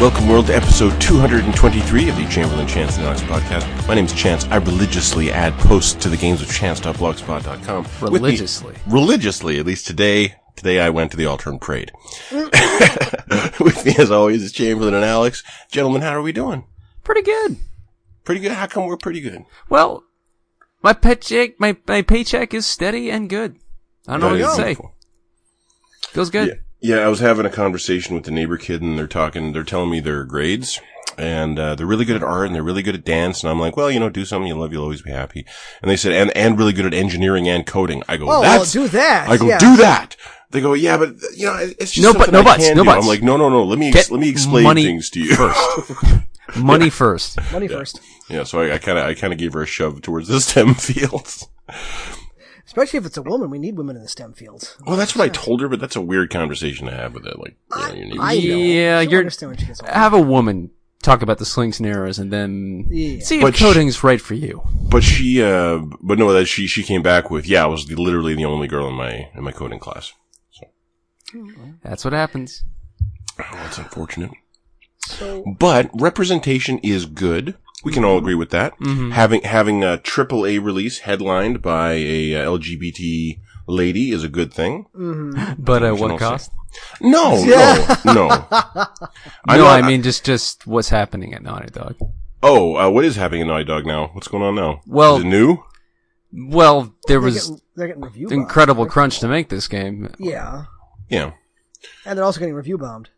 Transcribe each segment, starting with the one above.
Welcome, world, to episode 223 of the Chamberlain Chance and Knox podcast. My name is Chance. I religiously add posts to the games of chance.blogspot.com. With me- Religiously. religiously, at least today. Today I went to the altar and prayed. With me, as always, is Chamberlain and Alex. Gentlemen, how are we doing? Pretty good. Pretty good. How come we're pretty good? Well, my paycheck, my, my paycheck is steady and good. I don't know That what to is say. wonderful. Feels good. Yeah. yeah, I was having a conversation with the neighbor kid, and they're talking. They're telling me their grades, and uh, they're really good at art, and they're really good at dance. And I'm like, well, you know, do something you love, you'll always be happy. And they said, and and really good at engineering and coding. I go, Oh, well, that's do that. I go, yeah. do that. They go, yeah, but you know, it- it's just No, but- something no I buts, can no do." buts. I'm like, no, no, no. Let me Get ex- let me explain money things to you first. Money first. Money first. yeah, so I kind of I kind of gave her a shove towards the STEM fields. Especially if it's a woman. We need women in the STEM fields. Well, that's what I told her, but that's a weird conversation to have with it. Like, you know, your neighbor- I know. Yeah, She'll you're- understand when she gets older. Have a woman talk about the slings and arrows and then Yeah. see But if sh- coding's right for you. But she, uh, but no, that she, she came back with, yeah, I was literally the only girl in my, in my coding class. That's what happens. Oh, Well, that's unfortunate. So, But representation is good. We can all agree with that. Mm-hmm. Having, having a triple A release headlined by a uh, LGBT lady is a good thing. But at I'll what say. cost? No, no, no. I'm no, not- I mean just just what's happening at Naughty Dog. oh, uh, what is happening in Naughty Dog now? What's going on now? Well- is it new? Well, there they're was getting, they're getting review bombed. incredible crunch to make this game. Yeah, Yeah. and they're also getting review bombed.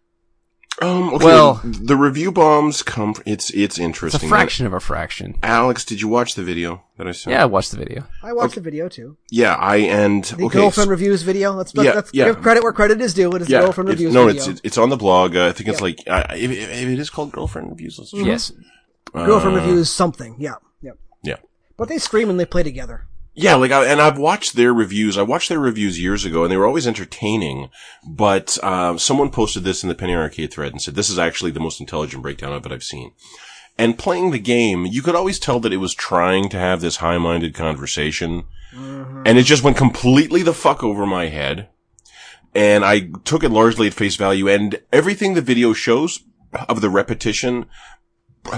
Um, okay, Well- the review bombs come, fr- it's, it's It's a interesting. fraction of a fraction. Alex, did you watch the video that I sent? Yeah, watch the video. I watched the video too. Yeah, I and The okay, girlfriend so- reviews video. Let's, let's, Yeah, let's yeah. give credit where credit is due. It is yeah, the girlfriend it's- reviews no, video. it's it's- it's on the blog. Uh, I think it's like uh, if, if if it is called girlfriend reviews. Let's Mm-hmm. check. Yes. girlfriend reviews something. Yeah, yep. uh, Yeah, But they scream and they play together. yeah. Like, I, and I've watched their reviews. I watched their reviews years ago, and they were always entertaining. But uh, someone posted this in the Penny Arcade thread and said this is actually the most intelligent breakdown of it I've seen. And playing the game, you could always tell that it was trying to have this high-minded conversation, and it just went completely the fuck over my head. and I took it largely at face value and everything the video shows of the repetition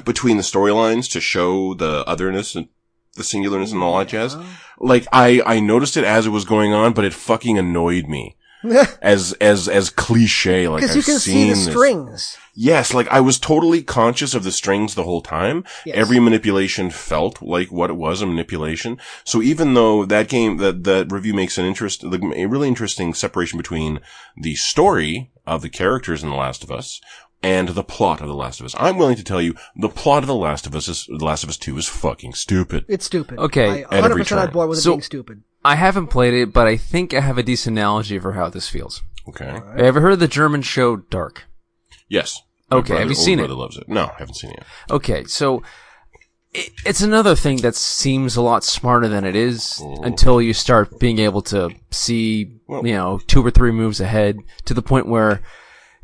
between the storylines to show the otherness and the singularness and all that jazz. Like I, I noticed it as it was going on, but it fucking annoyed me Because as, as, as cliche. Like I've you can see seen the this. strings. Yes, like I was totally conscious of the strings the whole time. Yes. Every manipulation felt like what it was a manipulation. So even though that game, that, that review makes an interest, like, a really interesting separation between the story of the characters in The Last of Us and the plot of The Last of Us. I'm willing to tell you the plot of The Last of Us is, The Last of Us 2 is fucking stupid. It's stupid. Okay. I, At every 100% on turn. board with it So- being stupid. I haven't played it, but I think I have a decent analogy for how this feels. Okay. Have you ever heard of the German show Dark? Yes. My Okay, have brother- you seen older it? brother loves it. No, I haven't seen it yet. Okay, so it, it's another thing that seems a lot smarter than it is until you start being able to see, you know, two or three moves ahead to the point where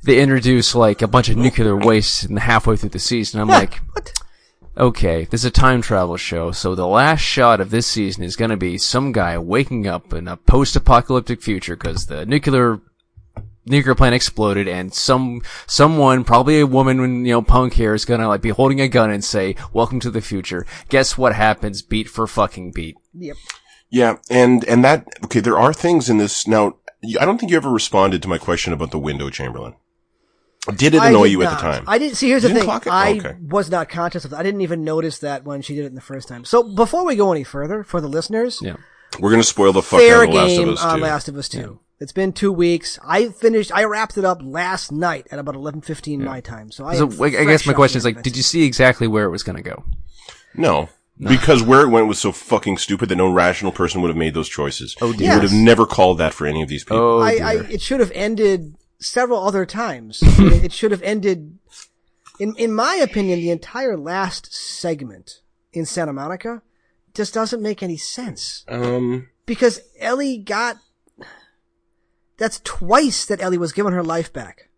they introduce like a bunch of nuclear waste and halfway through the season. I'm like, okay, this is a time travel show, so the last shot of this season is going to be some guy waking up in a post-apocalyptic future because the nuclear nuclear plant exploded and some someone probably a woman in you know punk hair is gonna like be holding a gun and say welcome to the future guess what happens beat for fucking beat Yep. Yeah, and and that okay. There are things in this now. you- I don't think you ever responded to my question about the window, Chamberlain. Did it I annoy did you at not. the time? I didn't see. Here's You the didn't thing: clock it? I Okay. was not conscious of that. I didn't even notice that when she did it in the first time. So before we go any further, for the listeners, yeah We're gonna spoil the fuck out fair of The Last game of Us on too. Last of Us Two. It's been two weeks. I finished. I wrapped it up last night at about eleven fifteen my time. So I. so am like, i fresh guess my off question the is end like of did it. you see exactly where it was gonna go No, because where it went was so fucking stupid that no rational person would have made those choices. Oh dear. You would have Yes. never called that for any of these people. oh I, dear. I, it should have ended several other times. it it should have ended, in in my opinion, the entire last segment in Santa Monica just doesn't make any sense. Um. because Ellie got that's twice that Ellie was given her life back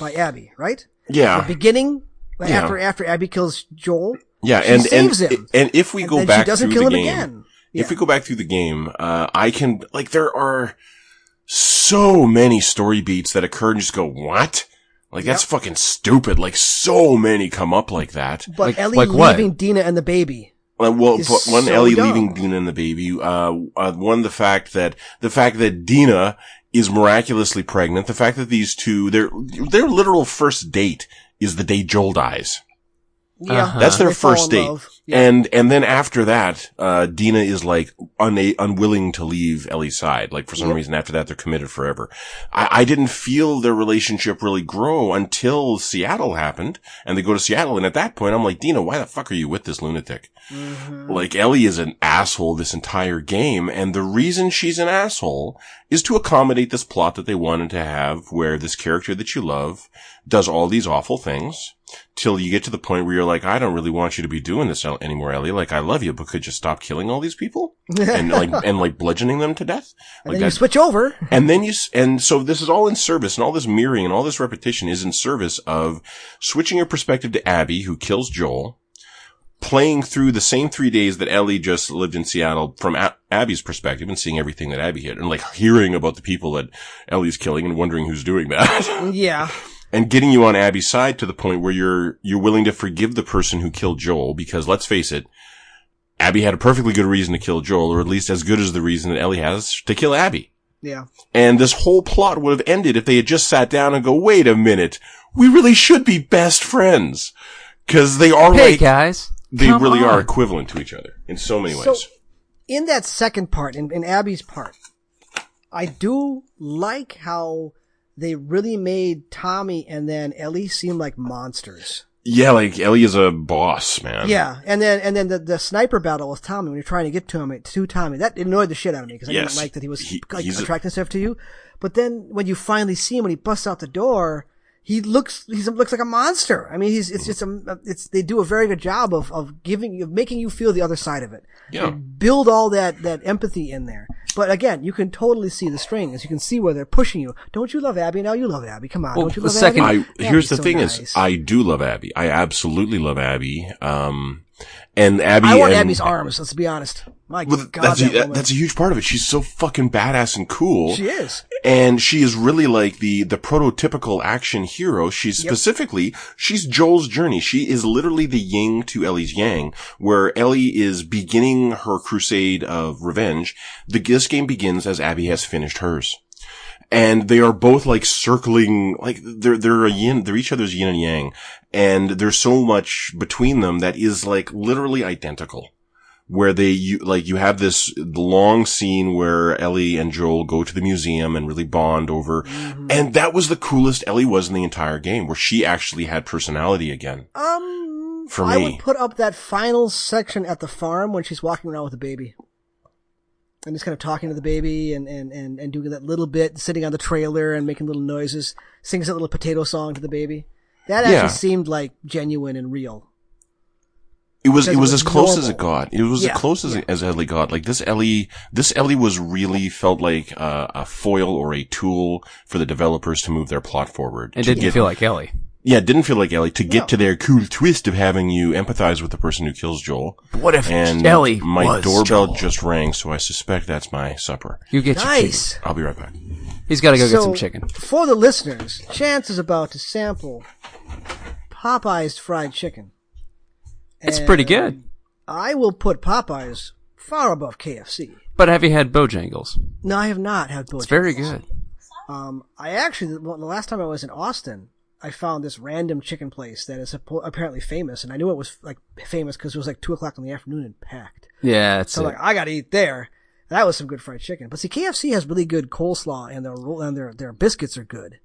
by Abby, right? Yeah. The beginning like, Yeah. after after Abby kills Joel, Yeah. she and saves and him. and if we and go then back she doesn't through kill the him game, again. If Yeah. we go back through the game, uh, I can like there are so many story beats that occur and just go what. Like that's fucking stupid. Like so many come up like that. But Like- Ellie like what? leaving Dina and the baby. Uh, Well, is f- one so Ellie dumb. leaving Dina and the baby. Uh, uh, one the fact that the fact that Dina is miraculously pregnant. The fact that these two their their literal first date is the day Joel dies. Yeah, Uh-huh. That's their They fall first in date. love. Yeah. And and then after that, uh, Dina is like una- unwilling to leave Ellie's side. Like for some reason, after that, they're committed forever. I, I didn't feel their relationship really grow until Seattle happened, and they go to Seattle. And at that point, I'm like, Dina, why the fuck are you with this lunatic? Like Ellie is an asshole this entire game, and the reason she's an asshole is to accommodate this plot that they wanted to have, where this character that you love does all these awful things till you get to the point where you're like, I don't really want you to be doing this el- anymore, Ellie. Like, I love you, but could you stop killing all these people and like and like bludgeoning them to death? Like And then you that. switch over. and then you s- and so this is all in service, and all this mirroring and all this repetition is in service of switching your perspective to Abby, who kills Joel. Playing through the same three days that Ellie just lived in Seattle from A- Abby's perspective and seeing everything that Abby hit and like hearing about the people that Ellie's killing and wondering who's doing that. Yeah. and getting you on Abby's side to the point where you're you're willing to forgive the person who killed Joel because let's face it, Abby had a perfectly good reason to kill Joel, or at least as good as the reason that Ellie has to kill Abby. Yeah. And this whole plot would have ended if they had just sat down and go, wait a minute, we really should be best friends. Cause they are Hey like, guys, they come really are on. equivalent to each other in so many ways. So, in that second part, in, in Abby's part, I do like how they really made Tommy and then Ellie seem like monsters. yeah, like Ellie is a boss, man. Yeah, and then and then the, the sniper battle with Tommy when you're trying to get to him to Tommy that annoyed the shit out of me because I Yes. didn't like that he was He- like he's a- attracting stuff to you. But then when you finally see him when he busts out the door, he looks he looks like a monster. I mean, he's Mm-hmm. it's just a it's they do a very good job of of giving of making you feel the other side of it. Yeah. Build all that that empathy in there. But again, you can totally see the strings. You can see where they're pushing you. Don't you love Abby? Now you love Abby. Come on. Well, don't you the love second- Abby? I here's Abby's the so thing is nice. I do love Abby. I absolutely love Abby. Um, and Abby. I want and- Abby's arms. Let's be honest. My Well, God, that's a, that that- woman. that's a huge part of it. She's so fucking badass and cool. She is. And she is really like the, the prototypical action hero. She's specifically, she's Joel's journey. She is literally the yin to Ellie's yang, where Ellie is beginning her crusade of revenge. The, this game begins as Abby has finished hers. And they are both like circling, like they're, they're a yin, they're each other's yin and yang. And there's so much between them that is like literally identical where they you like you have this long scene where Ellie and Joel go to the museum and really bond over Mm-hmm. and that was the coolest Ellie was in the entire game where she actually had personality again. Um, For I me. would put up that final section at the farm when she's walking around with the baby. And just kind of talking to the baby and, and, and, and doing that little bit, sitting on the trailer and making little noises, sings that little potato song to the baby. That actually Yeah. seemed like genuine and real. It was Because it it was was as close as it normal. got. It was Yeah, as close as, yeah. as Ellie got. Like this Ellie, this Ellie was really felt like uh, a foil or a tool for the developers to move their plot forward. And to didn't feel like Ellie. yeah, it didn't feel like Ellie to get No. to their cool twist of having you empathize with the person who kills Joel. What if And Ellie my was doorbell Joel? just rang, so I suspect that's my supper. You get your chicken. Nice! I'll be right back. He's got to go So, get some chicken. For the listeners, Chance is about to sample Popeye's fried chicken. It's pretty good. And I will put Popeye's far above KFC. But have you had Bojangles? No, I have not had Bojangles. It's very good. Um, I actually, well, the last time I was in Austin, I found this random chicken place that is appo- apparently famous, and I knew it was like famous because it was like two o'clock in the afternoon and packed. Yeah, it's So it. like, I gotta eat there. That was some good fried chicken. But see, KFC has really good coleslaw, and their roll and their their biscuits are good.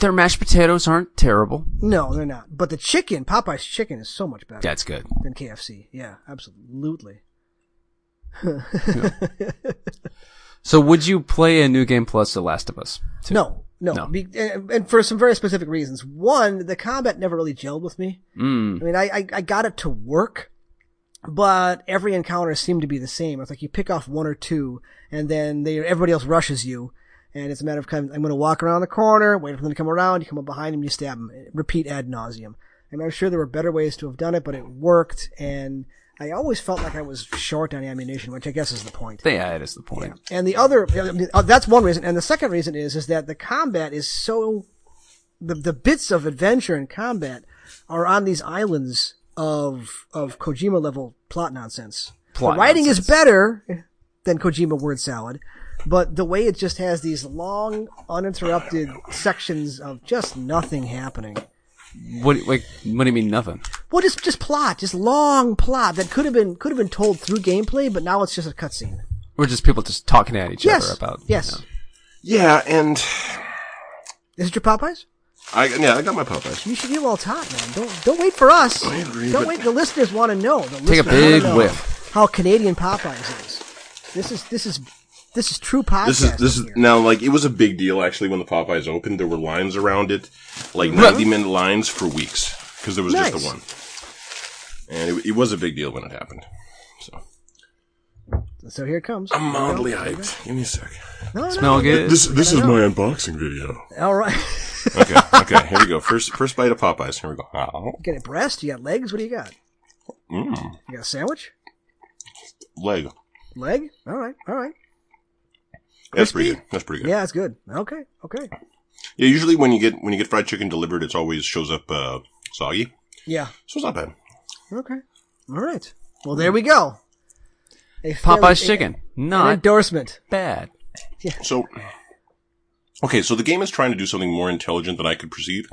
their mashed potatoes aren't terrible. No, they're not. But the chicken, Popeye's chicken, is so much better That's good. than KFC. Yeah, absolutely. So would you play a new game plus The Last of Us? too? No, no, No. Be- and and for some very specific reasons. One, the combat never really gelled with me. Mm. I mean, I, I, I got it to work, but every encounter seemed to be the same. It's like you pick off one or two, and then they, everybody else rushes you, and it's a matter of kind of, I'm going to walk around the corner, wait for them to come around, you come up behind them, you stab them. Repeat ad nauseum. I mean, I'm sure there were better ways to have done it, but it worked, and I always felt like I was short on ammunition, which I guess is the point. Yeah, that is the point. And the other, I mean, uh, that's one reason. And the second reason is, is that the combat is so the, the bits of adventure and combat are on these islands of of Kojima level plot nonsense. Plot the writing nonsense. is better than Kojima word salad, but the way it just has these long uninterrupted sections of just nothing happening. What like what do you mean nothing? Well, just just plot, just long plot that could have been could have been told through gameplay, but now it's just a cutscene. We're just people just talking at each Yes, other about yes. you know. Yeah, and Is it your Popeyes? I yeah, I got my Popeyes. You should get well taught, man. Don't don't wait for us. I agree, don't but- wait. The listeners want to know. The Take a listeners wanna big know whiff. How Canadian Popeyes is. This is this is this is true podcast. This is this is here. now like it was a big deal actually when the Popeyes opened. There were lines around it, like ninety minute lines for weeks because there was just Nice. the one, and it, it was a big deal when it happened. So so here it comes. I'm mildly hyped. Give me a sec. No, no, Smell no. good. This this is my unboxing video. All right. Okay, okay, here we go. First first bite of Popeyes. Here we go. Ow. you got a breast? You got legs? What do you got? Mm, You got a sandwich? leg. Leg? All right. All right. That's pretty Crispy? good. That's pretty good. Yeah, it's good. Okay. Okay. Yeah, usually when you get when you get fried chicken delivered, it's always shows up uh, soggy, Yeah. so it's not bad. Okay. All right. Well, there we go. A fairly- Popeye's a- chicken. An Not endorsement. bad. So, okay, so the game is trying to do something more intelligent than I could perceive.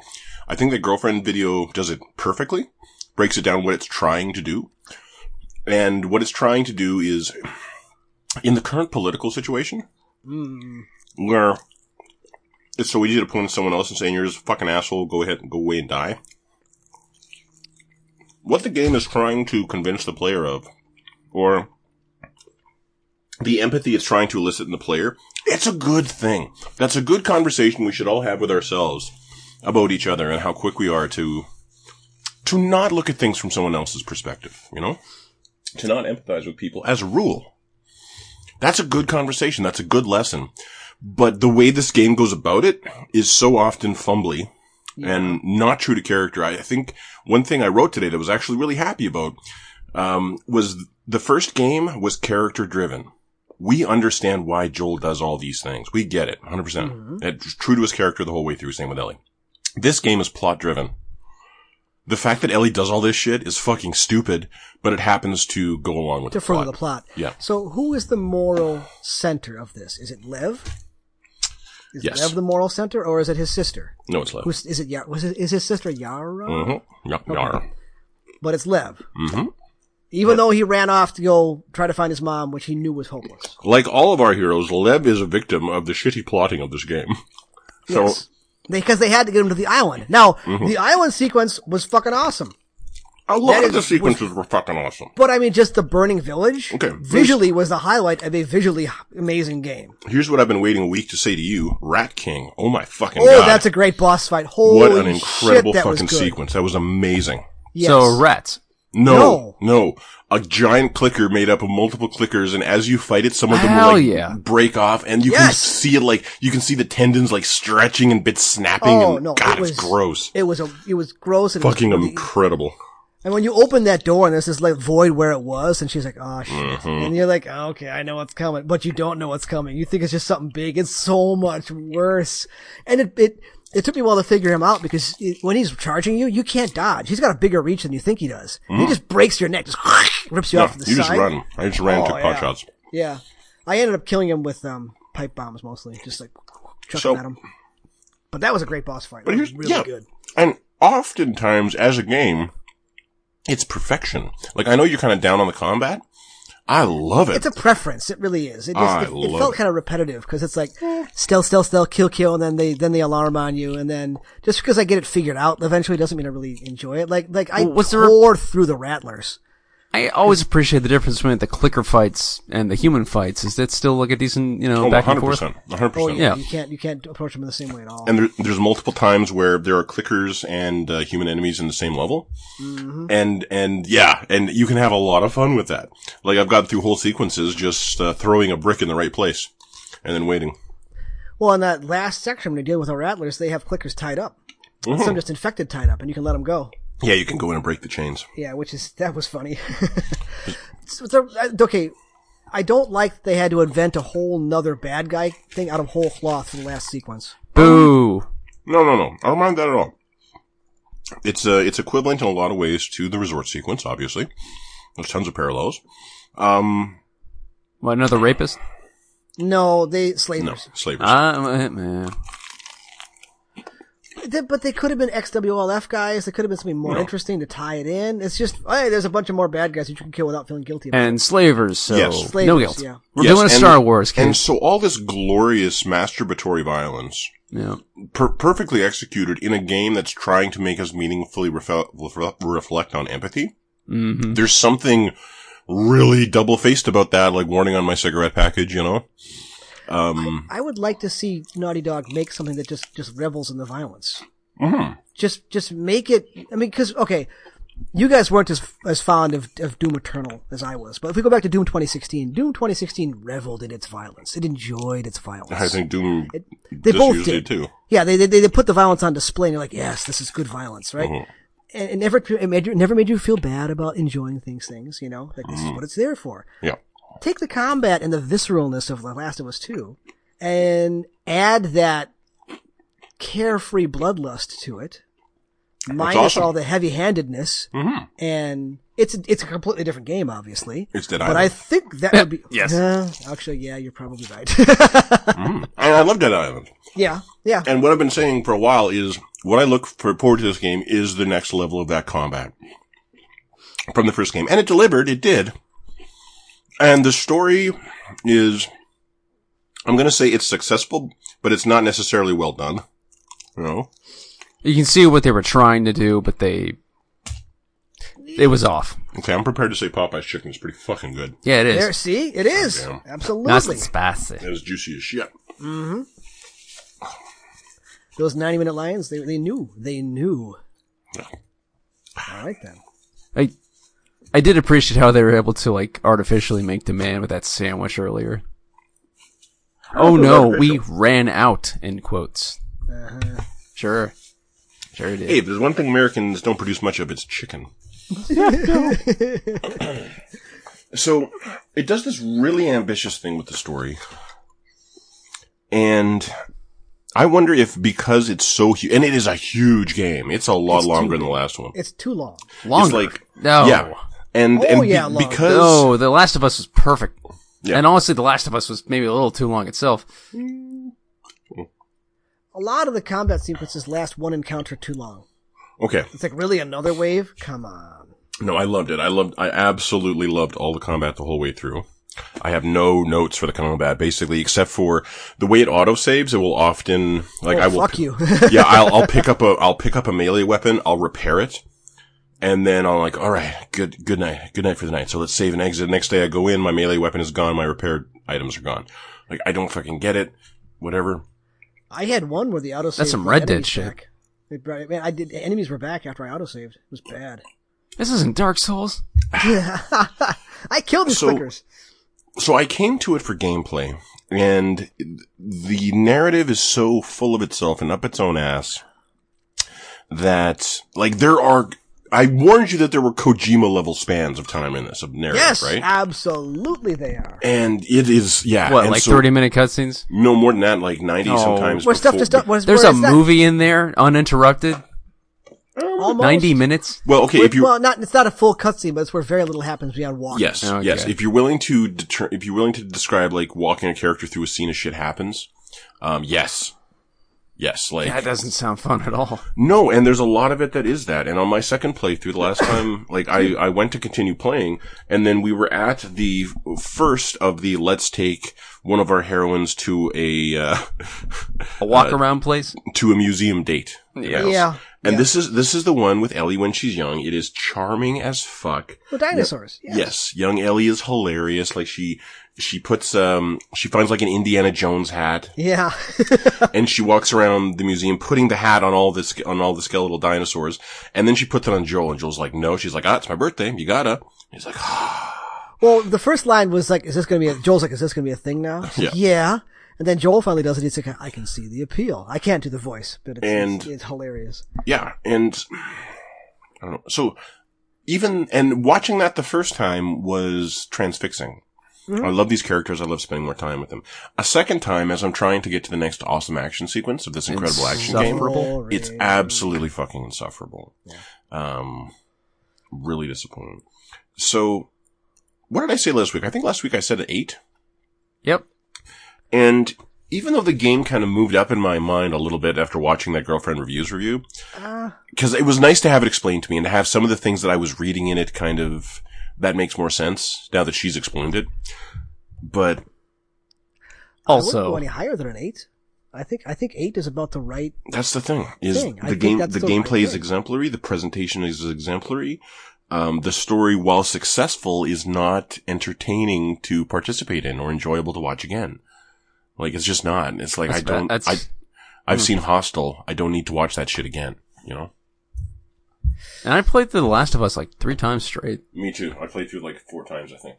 I think the girlfriend video does it perfectly, breaks it down what it's trying to do, and what it's trying to do is in the current political situation where it's so easy to point at someone else and saying you're just a fucking asshole, go ahead, go away and die. What the game is trying to convince the player of, or the empathy it's trying to elicit in the player, it's a good thing. That's a good conversation we should all have with ourselves about each other and how quick we are to to not look at things from someone else's perspective, you know? To not empathize with people as a rule. That's a good conversation. That's a good lesson. But the way this game goes about it is so often fumbly and not true to character. I I think one thing I wrote today that I was actually really happy about um, was the first game was character driven. We understand why Joel does all these things. We get it, 100%. percent Mm-hmm. It's true to his character the whole way through, same with Ellie. This game is plot driven. The fact that Ellie does all this shit is fucking stupid, but it happens to go along with to the further plot. the plot. Yeah. So who is the moral center of this? Is it Lev? Is Yes. Lev the moral center, or is it his sister? No, it's left. Who's is it? Yar- was it, is his sister Yara? Mm-hmm. Yar, yar. But it's Lev. Mm-hmm. Even though he ran off to go try to find his mom, which he knew was hopeless. Like all of our heroes, Lev is a victim of the shitty plotting of this game. So, Mm-hmm. yes. Because they had to get him to the island. Now, the island sequence was fucking awesome. a lot That of the is- sequences were fucking awesome. But I mean, just the burning village Okay. visually was the highlight of a visually amazing game. Here's what I've been waiting a week to say to you, Rat King. Oh my fucking Oh, god. that's a great boss fight. Holy what an incredible shit, that was fucking good. sequence. That was amazing. Yes. So rats. No, no, A giant clicker made up of multiple clickers, and as you fight it, some of them Hell will like yeah. break off, and you can Yes. see it like you can see the tendons like stretching and bits snapping. Oh and no, God, it was it's gross. It was a, it was gross. And it was Fucking bloody. incredible. And when you open that door and there's this like void where it was, and she's like, "Oh shit," Mm-hmm. and you're like, oh, "Okay, I know what's coming," but you don't know what's coming. You think it's just something big. It's so much worse. And it it it took me a while to figure him out because it, when he's charging you, you can't dodge. He's got a bigger reach than you think he does. He just breaks your neck, just rips you No, off to the Mm. you side. just run. I just ran and Oh, took pot yeah. shots. Yeah, I ended up killing him with um pipe bombs mostly, just like chucking So- at him. But that was a great boss fight. But It was here's really yeah, good. and oftentimes as a game, it's perfection. Like I know you're kind of down on the combat. I love it. It's a preference. It really is. It, I just, it, it love felt it. kind of repetitive because it's like stealth, stealth, stealth, kill, kill, and then they then they alarm on you, and then just because I get it figured out eventually doesn't mean I really enjoy it. Like like I Well, what's the re- tore through the rattlers. I always appreciate the difference between the clicker fights and the human fights. Is that still like a decent, you know, oh, back 100 and forth? percent, 100 Oh percent. yeah, Yeah. you can't you can't approach them in the same way at all. And there, there's multiple times where there are clickers and uh, human enemies in the same level, Mm-hmm. and and yeah, and you can have a lot of fun with that. Like I've gone through whole sequences just uh, throwing a brick in the right place, and then waiting. well, in that last section when you deal with the rattlers, they have clickers tied up. Some just infected tied up, and you can let them go. Yeah, you can go in and break the chains. Yeah, which is that was funny. so, so, uh, okay, I don't like that they had to invent a whole nother bad guy thing out of whole cloth for the last sequence. Boo. No, no, no. I don't mind that at all. It's uh, it's equivalent in a lot of ways to the resort sequence. Obviously, there's tons of parallels. Um, What, another rapist? No, they slavers. no, slavers. Uh, man. Th- But they could have been XWLF guys. They could have been something more No. interesting to tie it in. It's just, hey, there's a bunch of more bad guys that you can kill without feeling guilty. About. And slavers, so Yes. no Slavers, guilt. yeah. We're Yes, doing a and- Star Wars And case. so all this glorious masturbatory violence yeah. per- perfectly executed in a game that's trying to make us meaningfully refe- ref- reflect on empathy. Mm-hmm. There's something really double faced about that, like warning on my cigarette package, you know? Um, I would like to see Naughty Dog make something that just just revels in the violence. mhm. Just just make it. I mean, because okay, you guys weren't as as fond of, of Doom Eternal as I was, but if we go back to Doom 2016, Doom 2016 reveled in its violence. It enjoyed its violence. I think Doom It- they just both usually did. too. Yeah, they, they they put the violence on display, and you're like, yes, this is good violence, right? Mm-hmm. And it never it made you, it never made you feel bad about enjoying things. Things you know, like this Mm-hmm. is what it's there for. Yeah. Take the combat and the visceralness of The Last of Us Two, and add that carefree bloodlust to it, minus awesome. all the heavy-handedness, Mhm. and it's it's a completely different game, obviously. It's Dead but Island. I think that would be Yes. Uh, actually, yeah, you're probably right. Mhm. And I love Dead Island. yeah, yeah. And what I've been saying for a while is what I look for, forward to this game is the next level of that combat from the first game. And it delivered, it did. And the story is, I'm going to say it's successful, but it's not necessarily well done. You know? You can see what they were trying to do, but they it was off. Okay, I'm prepared to say Popeye's chicken is pretty fucking good. Yeah, it There, is. see, it is Goddamn. Nice absolutely and spicy. It was juicy as shit. those ninety minute lions. They they knew they knew. All right then. I I did appreciate how they were able to like artificially make demand with that sandwich earlier. Oh That was no, we artificial. ran out in quotes. Uh-huh. Sure. Sure it Hey, is. if there's one thing Americans don't produce much of, it's chicken. so it does this really ambitious thing with the story. And I wonder if because it's so huge, and it is a huge game, it's a lot It's longer too- than the last one. It's too long. Longer. like- no. Yeah. And, Oh, and be- yeah, Oh. long. because, No, The Last of Us was perfect. Yeah. And honestly, The Last of Us was maybe a little too long itself. A lot of the combat sequences last one encounter too long. okay. It's like really another wave. Come on. No, I loved it. I loved, I absolutely loved all the combat the whole way through. I have no notes for the combat, basically, except for the way it auto saves. It will often, like, oh, I will, fuck you. yeah, I'll, I'll pick up a, I'll pick up a melee weapon. I'll repair it. And then I'm like, all right, good, good night. Good night for the night. So let's save and exit. Next day I go in, my melee weapon is gone. My repaired items are gone. Like, I don't fucking get it. Whatever. I had one where the auto That's some Red Dead shit. It brought, man, I did. Enemies were back after I auto saved. It was bad. This isn't Dark Souls. I killed these So- fuckers. So I came to it for gameplay and the narrative is so full of itself and up its own ass that like there are, I warned you that there were Kojima level spans of time in this of narrative, Yes, right? absolutely they are. and it is, yeah. What, Ah, and like so- 30 minute cutscenes? No, more than that, like 90 Oh. sometimes. Where stuff before- just where, There's where a it's not- movie in there, uninterrupted, almost, 90 minutes. Well, okay, Where- if you well, not it's not a full cutscene, but it's where very little happens beyond walking. yes, Okay. yes, if you're willing to deter, if you're willing to describe like walking a character through a scene of shit happens, um, yes, yes, like That doesn't sound fun at all. no, and there's a lot of it that is that. And on my second playthrough, the last time, like I I went to continue playing, and then we were at the first of the let's take one of our heroines to a uh, A walk around place? to a museum date. Yeah. Yeah. And yeah. this is this is the one with Ellie when she's young. It is charming as fuck. Well, dinosaurs. Yes. young Ellie is hilarious. Like she, she puts, um, she finds like an Indiana Jones hat Yeah. and she walks around the museum putting the hat on all this, on all the skeletal dinosaurs. And then she puts it on Joel and Joel's like, no, she's like, ah, it's my birthday. You gotta. He's like, well, the first line was like, "Is this going to be?" A, Joel's like, "Is this going to be a thing now?" She's like, Yeah. And then Joel finally does it. He's like, "I can see the appeal. I can't do the voice, but it's, And- it's, it's hilarious." yeah. And I don't know. So even, and watching that the first time was transfixing. I love these characters. I love spending more time with them. A second time, as I'm trying to get to the next awesome action sequence of this incredible action game, Insufferable. it's absolutely fucking insufferable. Um, really disappointing. So, what did I say last week? I think last week I said an eight. Yep. And even though the game kind of moved up in my mind a little bit after watching that girlfriend reviews review, Ah, because it was nice to have it explained to me and to have some of the things that I was reading in it kind of that makes more sense now that she's explained it. But I wouldn't go Also, any higher than an eight. I think I think eight is about the right. that's the thing is Thing. I the think game the that's the right gameplay is thing. exemplary, the presentation is exemplary. Um, the story, while successful, is not entertaining to participate in or enjoyable to watch again. Like it's just not. It's like that's I don't. bad. I, That's- hmm. I've seen Hostel. I don't need to watch that shit again. You know. and I played The Last of Us like three times straight. Me too. I played through like four times, I think.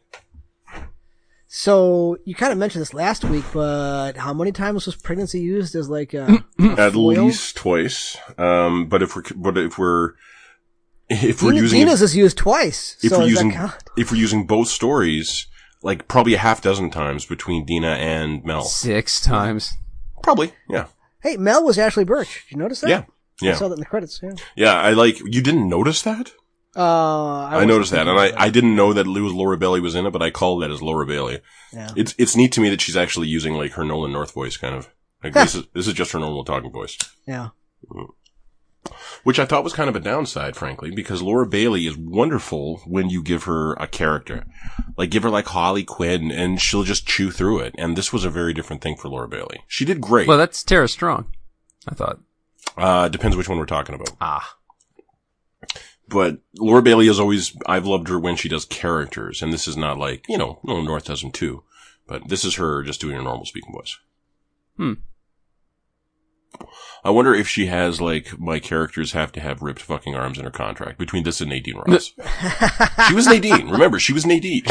So you kind of mentioned this last week, but how many times was pregnancy used as like uh, a, a At foil? least twice. Um, but if we're but if we're if we're Xena- using Xena's is used twice. if so we're does using that count? if we're using both stories, like probably a half dozen times between Dina and Mel. Six times. Probably, yeah, Hey, Mel was Ashley Birch. Did you notice that? yeah, I yeah, saw that in the credits. Yeah. yeah. I like you didn't notice that. Uh, I, I, wasn't noticed that, and thinking I, about I didn't know that Lou Laura Bailey was in it, but I called that as Laura Bailey. Yeah. It's it's neat to me that she's actually using like her Nolan North voice, kind of. Like this is this is just her normal talking voice. yeah. which I thought was kind of a downside, frankly, because Laura Bailey is wonderful when you give her a character, like give her like Holly Quinn, and she'll just chew through it. And this was a very different thing for Laura Bailey. She did great. Well, that's Tara Strong. I thought. uh, depends which one we're talking about. Ah. But Laura Bailey is always I've loved her when she does characters, and this is not like you know Nolan North does them too, but this is her just doing her normal speaking voice. Hmm. I wonder if she has like my characters have to have ripped fucking arms in her contract between this and Nadine Ross. she was Nadine. Remember, she was Nadine.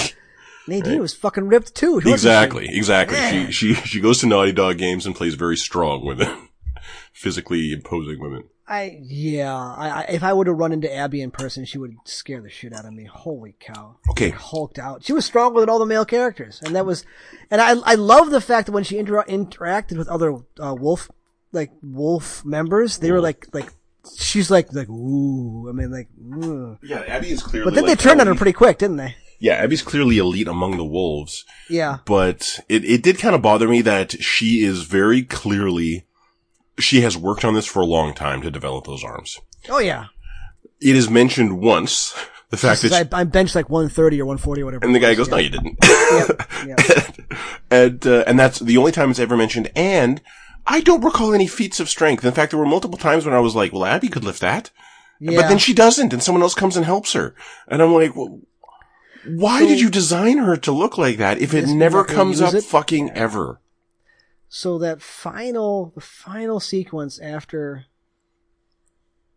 Nadine was fucking ripped too. wasn't she? exactly, exactly. She she she goes to Naughty Dog games and plays very strong women, physically imposing women. I yeah. I, I if I were to run into Abby in person, she would scare the shit out of me. Holy cow! Okay. Hulked out. She was stronger than all the male characters, and that was, and I I love the fact that when she inter- interacted with other uh, wolf like wolf members, Mm. they were like like she's like like ooh. I mean like. Ooh. Yeah, Abby is clearly. But then they turned on her pretty quick, didn't they? Yeah, Abby's clearly elite among the wolves. Yeah. but it, it did kind of bother me that she is very clearly she has worked on this for a long time to develop those arms. Oh yeah. It is mentioned once the fact She that says, she- I, I'm benched like 130 or 140 or whatever. and the it guy was, goes, yeah. "No, you didn't." yeah. and uh, and that's the only time it's ever mentioned. And I don't recall any feats of strength. In fact, there were multiple times when I was like, "Well, Abby could lift that," but Yeah. then she doesn't, and someone else comes and helps her, and I'm like, well, "Why did you design her to look like that if it Just never not gonna comes use up it? fucking ever?" so that final the final sequence after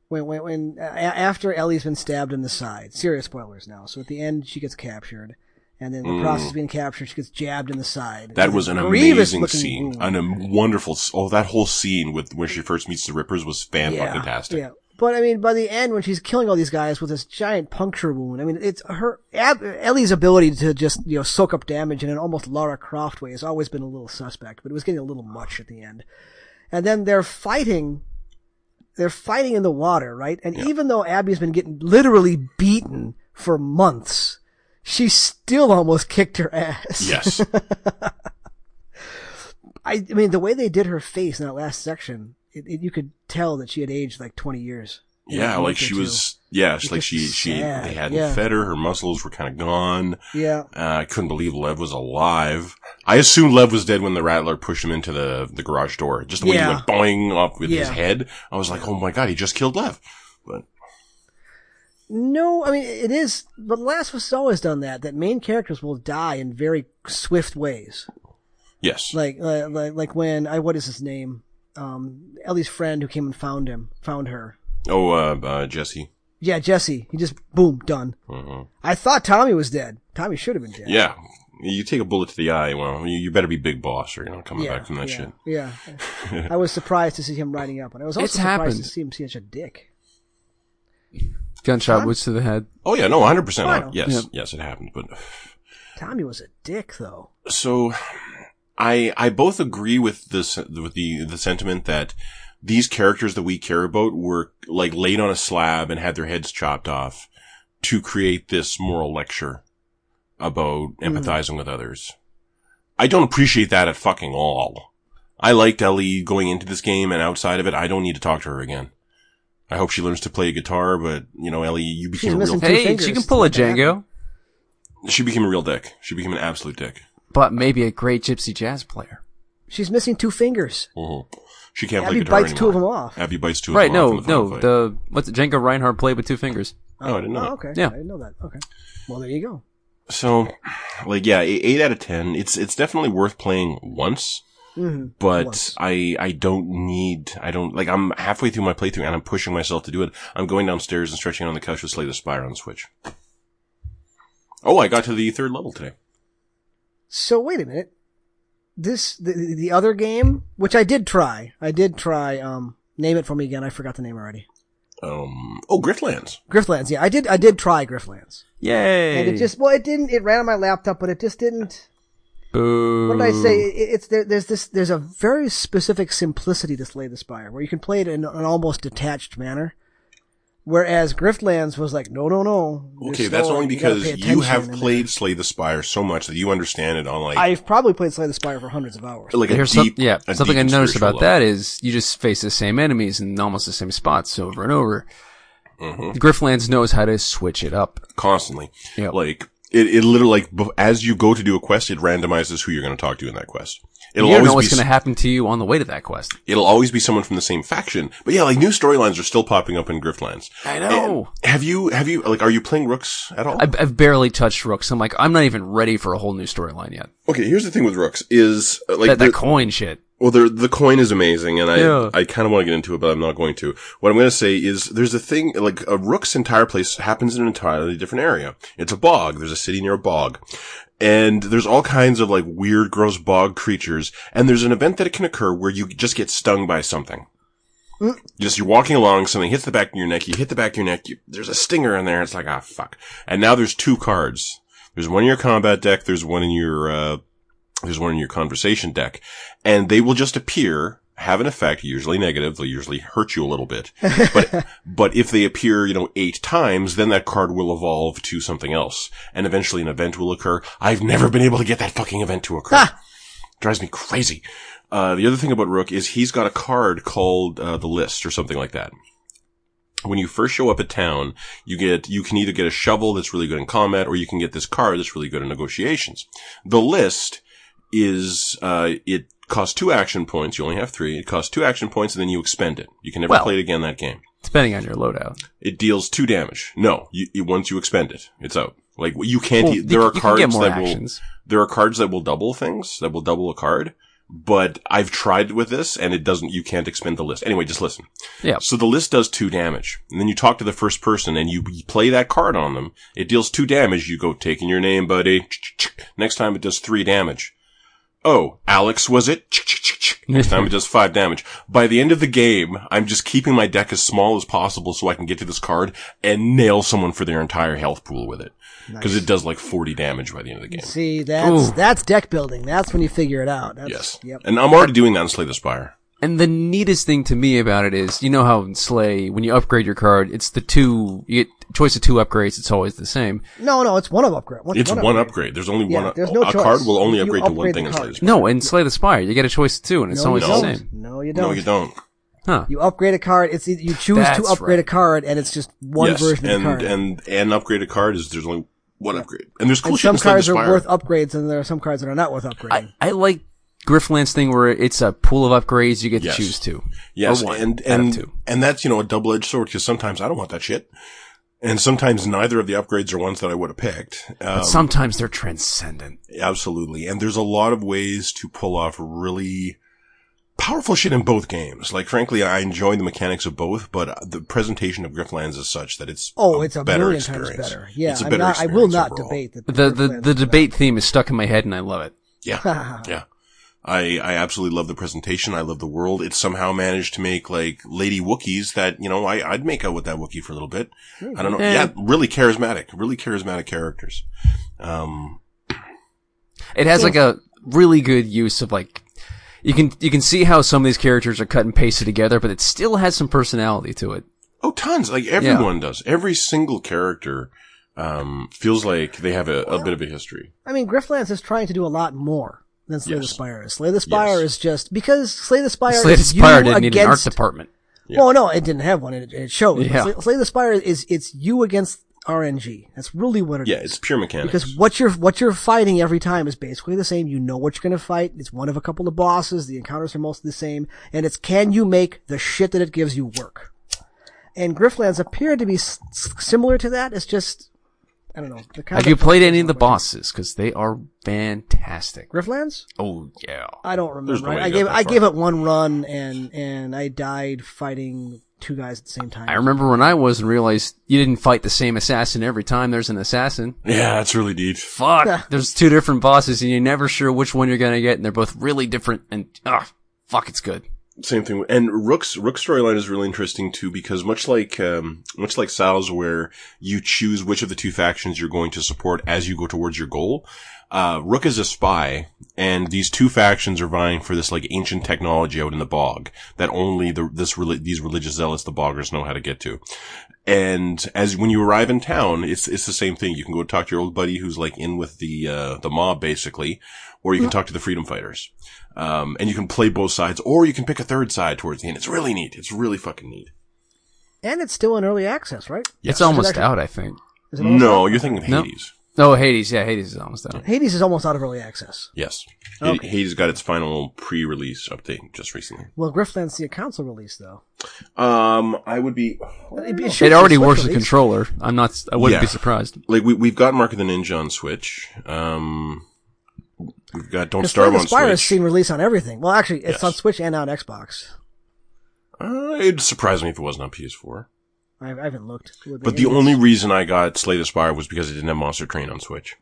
when when, when a- after Ellie's been stabbed in the side. Serious spoilers now. So at the end she gets captured and then in the process of being captured she gets jabbed in the side. Mm. That It's a was an grievous amazing looking scene, wound. an am- wonderful. s- Oh, that whole scene with where she first meets the Rippers was fan fucking tastic. Yeah. But I mean, by the end, when she's killing all these guys with this giant puncture wound, I mean, it's her Ab- Ellie's ability to just you know soak up damage in an almost Lara Croft way has always been a little suspect, but it was getting a little much at the end. And then they're fighting, they're fighting in the water, right? And even though Abby's been getting literally beaten for months, she still almost kicked her ass. Yes, I, I mean, the way they did her face in that last section, it, it, you could tell that she had aged like 20 years. yeah, a like month or she two. was. Yeah, it's like just she she sad, they hadn't yeah. fed her. Her muscles were kind of gone. Yeah. Uh, I couldn't believe Lev was alive. I assume Lev was dead when the Rattler pushed him into the the garage door. Just the way Yeah. he went boing up with his Yeah. head. I was like, oh my god, he just killed Lev. But No, I mean it is. But Last of Us has always done that. That main characters will die in very swift ways. yes, Like uh, like like when I what is his name? Um, Ellie's friend who came and found him, found her. oh uh, uh Jesse. Yeah, Jesse. He just boom done. Mhm. I thought Tommy was dead. Tommy should have been dead. Yeah. You take a bullet to the eye. Well, you, you better be big boss, or you're not coming Yeah, back from that yeah, shit. yeah. I was surprised to see him riding up, and I was also It's surprised happened. to see him see such a dick. Gunshot Huh? wounds to the head. Oh yeah, no, hundred percent. Final. Yes, Yeah. yes, it happened. But Tommy was a dick, though. So I, I both agree with this, with the, the sentiment that these characters that we care about were like laid on a slab and had their heads chopped off to create this moral lecture about empathizing with others. I don't appreciate that at fucking all. I liked Ellie going into this game and outside of it, I don't need to talk to her again. I hope she learns to play guitar, but you know, Ellie, you became a real, missing- Two Hey, fingers. she can pull a Django, she became a real dick. She became an absolute dick. but maybe a great gypsy jazz player. She's missing two fingers. hmm She can't Abby play guitar bites two anymore. of 'em off. Abby bites two Mm-hmm. right? of them No, off. in the no. final fight. The what's it, Django Reinhardt played with two fingers. Oh, I didn't know Oh, that. okay. Yeah. I didn't know that. Okay. Well, there you go. So, like, yeah, e- eight out of ten. It's it's definitely worth playing once, Mhm. but Once. I I don't need I don't like I'm halfway through my playthrough and I'm pushing myself to do it. I'm going downstairs and stretching out on the couch with Slay the Spire on the Switch. Oh, I got to the third level today. So wait a minute. This the, the other game, which I did try. I did try. Um, name it for me again. I forgot the name already. Um, oh, Griftlands. Griftlands. Yeah, I did. I did try Griftlands, Yay! and it just well, it didn't. It ran on my laptop, but it just didn't. Boo. What did I say? It, it's there, there's this there's a very specific simplicity to Slay the Spire where you can play it in an almost detached manner. Whereas Griftlands was like, no, no, no. you're Okay, that's slow, only you gotta because pay you have attention, and played Slay the Spire so much that you understand it on like I've probably played Slay the Spire for hundreds of hours. like a deep, Here's some, yeah, a something deep I and noticed spiritual about that is you just face the same enemies in almost the same spots over and over. level. Mhm. Grifflands knows how to switch it up. constantly. Yeah. Like it, it literally like bef- as you go to do a quest, it randomizes who you're going to talk to in that quest. It'll you don't know always what's be going to s- happen to you on the way to that quest. it'll always be someone from the same faction. But yeah, like new storylines are still popping up in Griftlands. I And have you have you like are you playing Rooks at all? I've, I've barely touched Rooks. I'm like, I'm not even ready for a whole new storyline yet. okay, here's the thing with Rooks is uh, like that, the, that coin shit. well, the the coin is amazing, and I Yeah. I kind of want to get into it, but I'm not going to. What I'm going to say is there's a thing like a Rook's entire place happens in an entirely different area. It's a bog. There's a city near a bog. And there's all kinds of like weird, gross bog creatures. And there's an event that can occur where you just get stung by something. Just you're walking along, something hits the back of your neck. You hit the back of your neck. You, there's a stinger in there. It's like ah fuck. And now there's two cards. There's one in your combat deck. There's one in your uh, there's one in your conversation deck, and they will just appear, have an effect, usually negative. They'll usually hurt you a little bit, but but if they appear, you know, eight times, then that card will evolve to something else, and eventually an event will occur. I've never been able to get that fucking event to occur. Drives me crazy. Uh, the other thing about Rook is he's got a card called uh, the List or something like that when you first show up at town, you get, you can either get a shovel that's really good in combat or you can get this card that's really good in negotiations. The list is, uh, it costs two action points. You only have three. It costs two action points and then you expend it. You can never Well- play it again that game. Depending on your loadout. It deals two damage. No, you, you- once you expend it, it's out. Like you can't, Well, e- there are you- you can cards get more that will, actions. there are cards that will double things, that will double a card, but I've tried with this and it doesn't, you can't expend the list. Anyway, just listen. Yeah. So the list does two damage. And then you talk to the first person and you play that card on them. It deals two damage. You go, taking your name, buddy. Next time it does three damage. Oh, Alex was it? Next time it does five damage. By the end of the game, I'm just keeping my deck as small as possible so I can get to this card and nail someone for their entire health pool with it. Because it does like 40 damage by the end of the game. See, that's Ooh. that's deck building. That's when you figure it out. That's, Yes. Yep. And I'm already doing that in Slay the Spire. And the neatest thing to me about it is, you know how in Slay, when you upgrade your card, it's the two, you get choice of two upgrades, it's always the same. No, no, it's one of upgrade. One, It's one one upgrade. upgrade. There's only Yeah, one. there's no a choice. card will only You upgrade to one upgrade thing the in Slay the card. Spire. No, in Slay the Spire, you get a choice of two, and it's No, always you the don't. same. No, you don't. No, you don't. Huh. You upgrade a card. It's you choose to That's upgrade a right. card, and it's just one yes, version and, of the card. And and upgrade a card is there's only one upgrade. And there's cool And shit in some Slay the cards are Spire. worth upgrades, and there are some cards that are not worth upgrading. I, I like Grifflands thing where it's a pool of upgrades you get Yes. to choose two. yes, or one and out of and two. and that's you know a double edged sword because sometimes I don't want that shit, and sometimes neither of the upgrades are ones that I would have picked. Um, But sometimes they're transcendent. absolutely, and there's a lot of ways to pull off really. Powerful shit in both games. Like, frankly, I enjoy the mechanics of both, but uh, the presentation of Grifflands is such that it's oh, it's a better million experience. times better. Yeah, it's a I'm better not- I will experience not overall. debate that. The the, Griftlands the is better. debate theme is stuck in my head, and I love it. Yeah. yeah. I, I absolutely love the presentation. I love the world. It somehow managed to make like lady Wookiees that, you know, I, I'd make out with that Wookiee for a little bit. I don't know. Yeah. Yeah. Really charismatic, really charismatic characters. Um, It has like a really good use of like you can you can see how some of these characters are cut and pasted together, but it still has some personality to it. Oh, tons. Like everyone does. Every single character um, feels like they have a, a bit of a history. I mean, Grifflands is trying to do a lot more than Slay the Yes. Spire is. Slay the Spire is just because Slay the Spire Slay the is Spire you didn't need against. an art department. Well, no, it didn't have one. and It, it showed. Yeah. Slay, Slay the Spire is it's you against RNG. That's really what it is. Yeah, it's pure mechanics. because what you're what you're fighting every time is basically the same. You know what you're gonna fight. It's one of a couple of bosses. The encounters are mostly the same, and it's can you make the shit that it gives you work. And Grifflands appeared to be s- s- similar to that. It's just I don't know. The Have you played any of the bosses? Because they are fantastic. Grifflands? Oh yeah. I don't remember. no way I, I you got gave that I far. gave it one run and and I died fighting two guys at the same time. I remember when I was and realized you didn't fight the same assassin every time there's an assassin. yeah, it's really deep. Fuck. there's two different bosses and you're never sure which one you're gonna get and they're both really different and ah, fuck it's good. Same thing. And Rook's Rook's storyline is really interesting too because much like um much like Sal's where you choose which of the two factions you're going to support as you go towards your goal, uh Rook is a spy and these two factions are vying for this like ancient technology out in the bog that only the this reli- these religious zealots the boggers know how to get to. And as when you arrive in town, it's it's the same thing. You can go talk to your old buddy who's like in with the uh the mob basically, or you can talk to the freedom fighters. Um, and you can play both sides, or you can pick a third side towards the end. It's really neat. It's really fucking neat. and it's still in early access, right? It's almost out, I think. Is it almost No, you're thinking of No. Hades. Oh, Hades. Yeah, Hades is almost out. Hades is almost out of early access. Yes. Okay. H- Hades got its final pre-release update just recently. Well, Grifflands see a console release though. Um, I would be, It, it should It be a already Switch works with release. controller. I'm not. I wouldn't be Yeah. surprised. like, we, we've got Mark of the Ninja on Switch. Um, we've got Don't Because Slay Starve the on Spire has Switch. seen release on everything. Well, actually, it's Yes. on Switch and on Xbox. uh, it'd surprise me if it wasn't on PS4. I, I haven't looked. Would But they- the only reason I got Slay the Spire was because it didn't have Monster Train on Switch.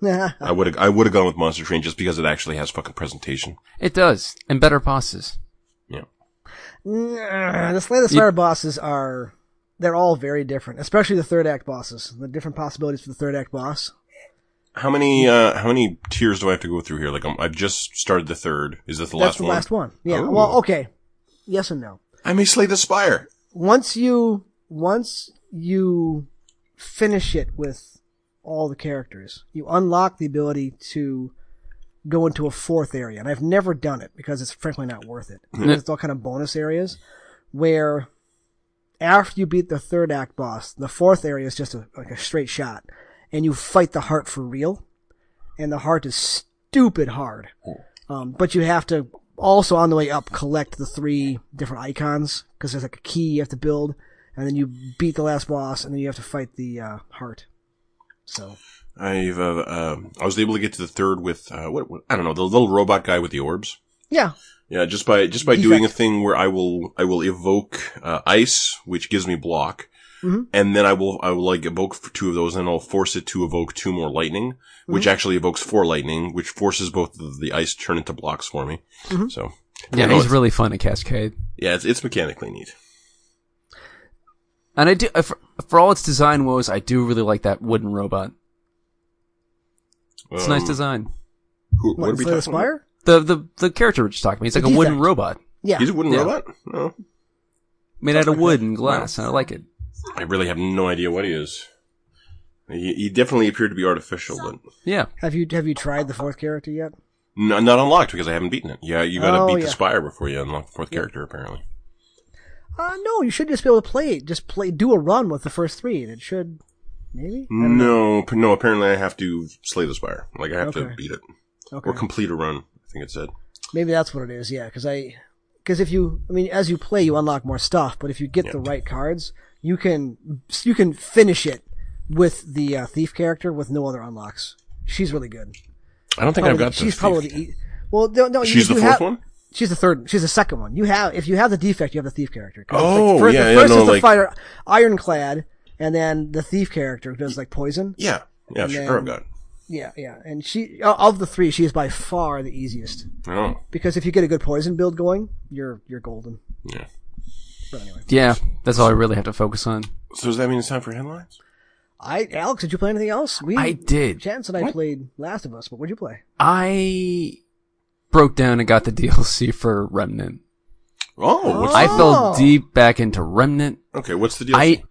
Nah. I would have, I would have gone with Monster Train just because it actually has fucking presentation. It does, and better bosses. Yeah. Nah, the Slay the Spire bosses are they're all very different, especially the third act bosses. The different possibilities for the third act boss. How many uh how many tiers do I have to go through here? Like i I've just started the third. Is this the last That's the one? Oh. last one. Yeah. Ooh. Well, okay. Yes and no. I may slay the spire. Once you once you finish it with all the characters, you unlock the ability to go into a fourth area. And I've never done it because it's frankly not worth it. Because it's all kind of bonus areas where after you beat the third act boss, the fourth area is just a, like a straight shot, and you fight the heart for real, and the heart is stupid hard. Um, but you have to also on the way up collect the three different icons because there's like a key you have to build, and then you beat the last boss, and then you have to fight the uh, heart. So I've uh, um I was able to get to the third with uh what, what I don't know the little robot guy with the orbs. yeah, Yeah, just by just by Defect. doing a thing where I will I will evoke uh, ice, which gives me block, Mhm. and then I will I will like evoke f- two of those, and I'll force it to evoke two more lightning, which Mm-hmm. actually evokes four lightning, which forces both of the ice to turn into blocks for me. Mm-hmm. So Yeah, No, he's it's- really fun at Cascade, yeah, it's it's mechanically neat. and I do. uh, For, for all its design woes, I do really like that wooden robot. It's nice Um, design. Who, what, what are we Slay the talking about? Spire? The the the character we just talked about. He's The like a wooden defect. robot Yeah, He's a wooden Yeah. robot? No. made out of wood and glass, and I like it. I really have no idea what he is. He, he definitely appeared to be artificial, but Yeah. have you have you tried the fourth character yet? n- not unlocked because I haven't beaten it. Yeah, you gotta Oh, beat yeah. the Spire before you unlock the fourth character, apparently. Uh, no, you should just be able to play it. Just play, do a run with the first three, and it should, maybe. Mm, I don't know. No, p- no, apparently I have to slay the Spire. Like, I have Okay. to beat it. Okay. Or complete a run, I think it said. maybe that's what it is. Yeah, because I, because if you, I mean, as you play, you unlock more stuff. But if you get the right cards, you can you can finish it with the uh, thief character with no other unlocks. She's really good. I don't think I've Probably- got the she's thief. probably the. e- Well, no, no, you- She's the you fourth have- one? She's the third. She's the second one. You have if you have the defect, you have the thief character. 'Cause it's Oh, like, first, yeah, the yeah, first no, is the like- fire ironclad, and then the thief character does like poison. Yeah. Yeah, And sure, then- I've got it. Yeah, yeah, and she o- of the three, she is by far the easiest Oh, because if you get a good poison build going, you're you're golden. yeah. But anyway, Yeah. That's all I really have to focus on. So does that mean it's time for headlines? I Alex, did you play anything else? We I did. Chance and I played Last of Us, but what'd you play? I broke down and got the DLC for Remnant. Oh, what's, I fell Oh. deep back into Remnant. okay. What's the deal? I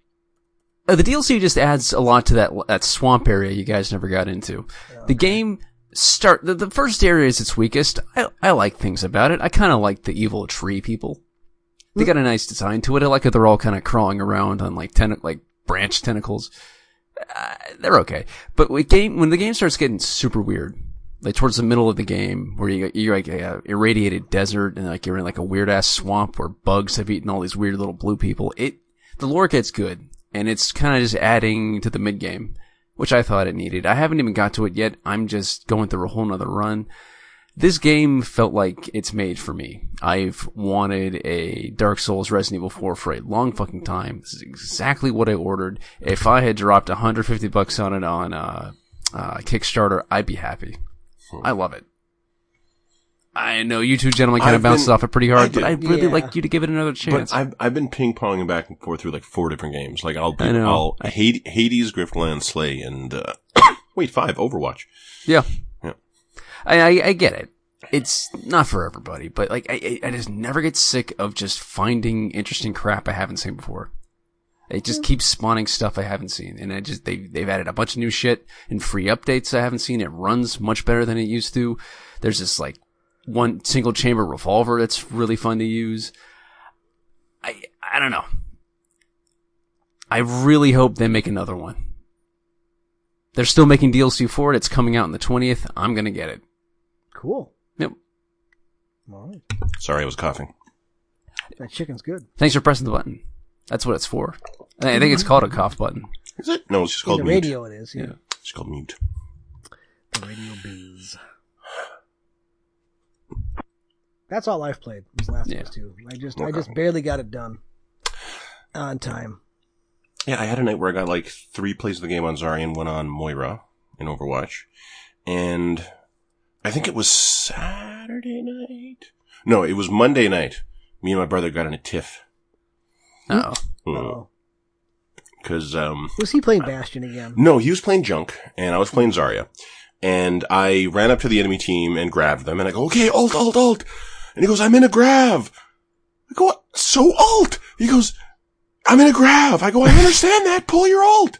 uh, the DLC just adds a lot to that that swamp area you guys never got into. The game start the, the first area is its weakest. I I like things about it. I kind of like the evil tree people. They got a nice design to it. I like that they're all kind of crawling around on like ten like branch tentacles. Uh, they're okay, but when game when the game starts getting super weird, like towards the middle of the game where you you're like a irradiated desert and like you're in like a weird ass swamp where bugs have eaten all these weird little blue people. It the lore gets good and it's kind of just adding to the mid game, which I thought it needed. I haven't even got to it yet. I'm just going through a whole nother run. This game felt like it's made for me. I've wanted a Dark Souls Resident Evil 4 for a long fucking time. This is exactly what I ordered. If I had dropped 150 bucks on it on uh, uh, Kickstarter, I'd be happy. Hmm. I love it. I know you two gentlemen kind I've of bounced been- off it pretty I hard, did. but I'd really Yeah. like you to give it another chance. But I've I've been ping ponging back and forth through like four different games. Like I'll be, I know. I'll Hades, Hades, Griftland, Slay, and uh, wait five Overwatch. Yeah. Yeah. I, I, I get it. It's not for everybody, but like I, I I just never get sick of just finding interesting crap I haven't seen before. It just keeps spawning stuff I haven't seen, and I just they they've added a bunch of new shit and free updates I haven't seen. It runs much better than it used to. There's this like one single chamber revolver that's really fun to use. I I don't know. I really hope they make another one. They're still making DLC for it. It's coming out on the 20th. I'm going to get it. Cool. Yep. All right. Sorry, I was coughing. That chicken's good. Thanks for pressing the button. That's what it's for. I think it's called a cough button. Is it? No, it's just In called the mute. radio, it is. Yeah. Yeah. It's called mute. The radio biz. That's all I've played. Was Last Yeah. of Us Two. I just I Okay. just barely got it done on time. Yeah, I had a night where I got like three plays of the game on Zarya and one on Moira in Overwatch. And I think it was Saturday night. No, it was Monday night. Me and my brother got in a tiff. Oh. Hmm. Oh, Cause, um, was he playing Bastion again? no, he was playing Junk and I was playing Zarya. And I ran up to the enemy team and grabbed them and I go, okay, alt, alt, alt. And he goes, I'm in a grav. I go, "What? so alt. He goes, I'm in a grav. I go, I understand that. Pull your alt.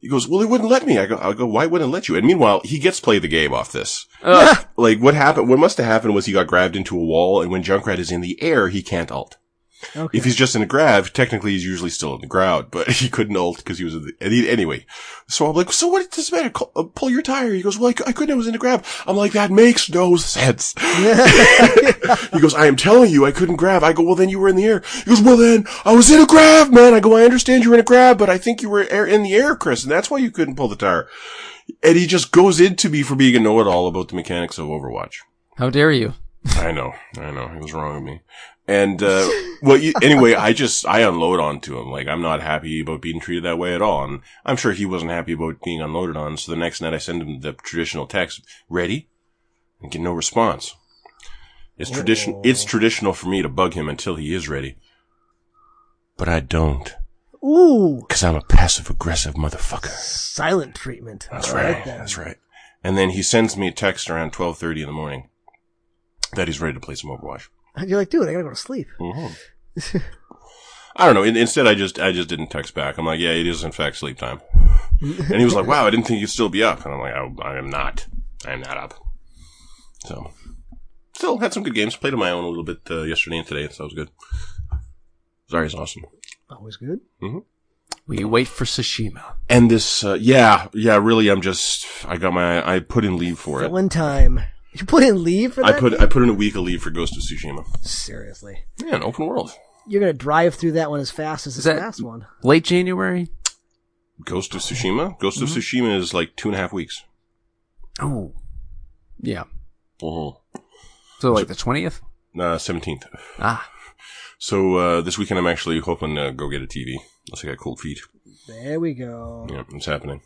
He goes, well, it wouldn't let me. I go, I go, why wouldn't it let you? And meanwhile, he gets play the game off this. Ugh. Like what happened, what must have happened was he got grabbed into a wall and when Junkrat is in the air, he can't alt. Okay. If he's just in a grav, technically he's usually still in the ground, but he couldn't ult because he was in the, and he- anyway. So I'm like, so what does it matter? Call, uh, pull your tire. He goes, well, I, cou- I couldn't. I was in a grab. I'm like, that makes no sense. he goes, I am telling you, I couldn't grab. I go, well, then you were in the air. He goes, well, then I was in a grab, man. I go, I understand you were in a grab, but I think you were air, in the air, Chris, and that's why you couldn't pull the tire. And he just goes into me for being a know-it-all about the mechanics of Overwatch. How dare you? I know, I know. He was wrong with me. And uh well, you, anyway, I just I unload onto him. Like I'm not happy about being treated that way at all, and I'm sure he wasn't happy about being unloaded on. So the next night, I send him the traditional text, "Ready?" and get no response. It's tradition. It's traditional for me to bug him until he is ready, but I don't Ooh, because I'm a passive aggressive motherfucker. silent treatment. That's I like right. that. That's right. And then he sends me a text around twelve thirty in the morning that he's ready to play some Overwatch. You're like, dude, I gotta go to sleep. Mm-hmm. I don't know. In, instead, I just I just didn't text back. I'm like, yeah, it is in fact sleep time. And he was like, wow, I didn't think you'd still be up. And I'm like, I, I am not. I am not up. So, still had some good games. Played on my own a little bit uh, yesterday and today, so that was good. Zarya's awesome. Always good. We wait for Tsushima. And this, uh, yeah, yeah, really, I'm just I got my I put in leave for it. Fill in time. You put in leave for I that? put I put in a week of leave for Ghost of Tsushima. Seriously, Yeah, an open world. you're gonna drive through that one as fast as Is this that- last one. Late January? Ghost of Tsushima. Ghost Mm-hmm. of Tsushima is like two and a half weeks. Oh. Yeah. Mm-hmm. Uh-huh. So like the 20th? Uh, 17th. Ah. So uh, this weekend, I'm actually hoping to go get a TV. Unless I got cold feet. There we go. Yeah, it's happening.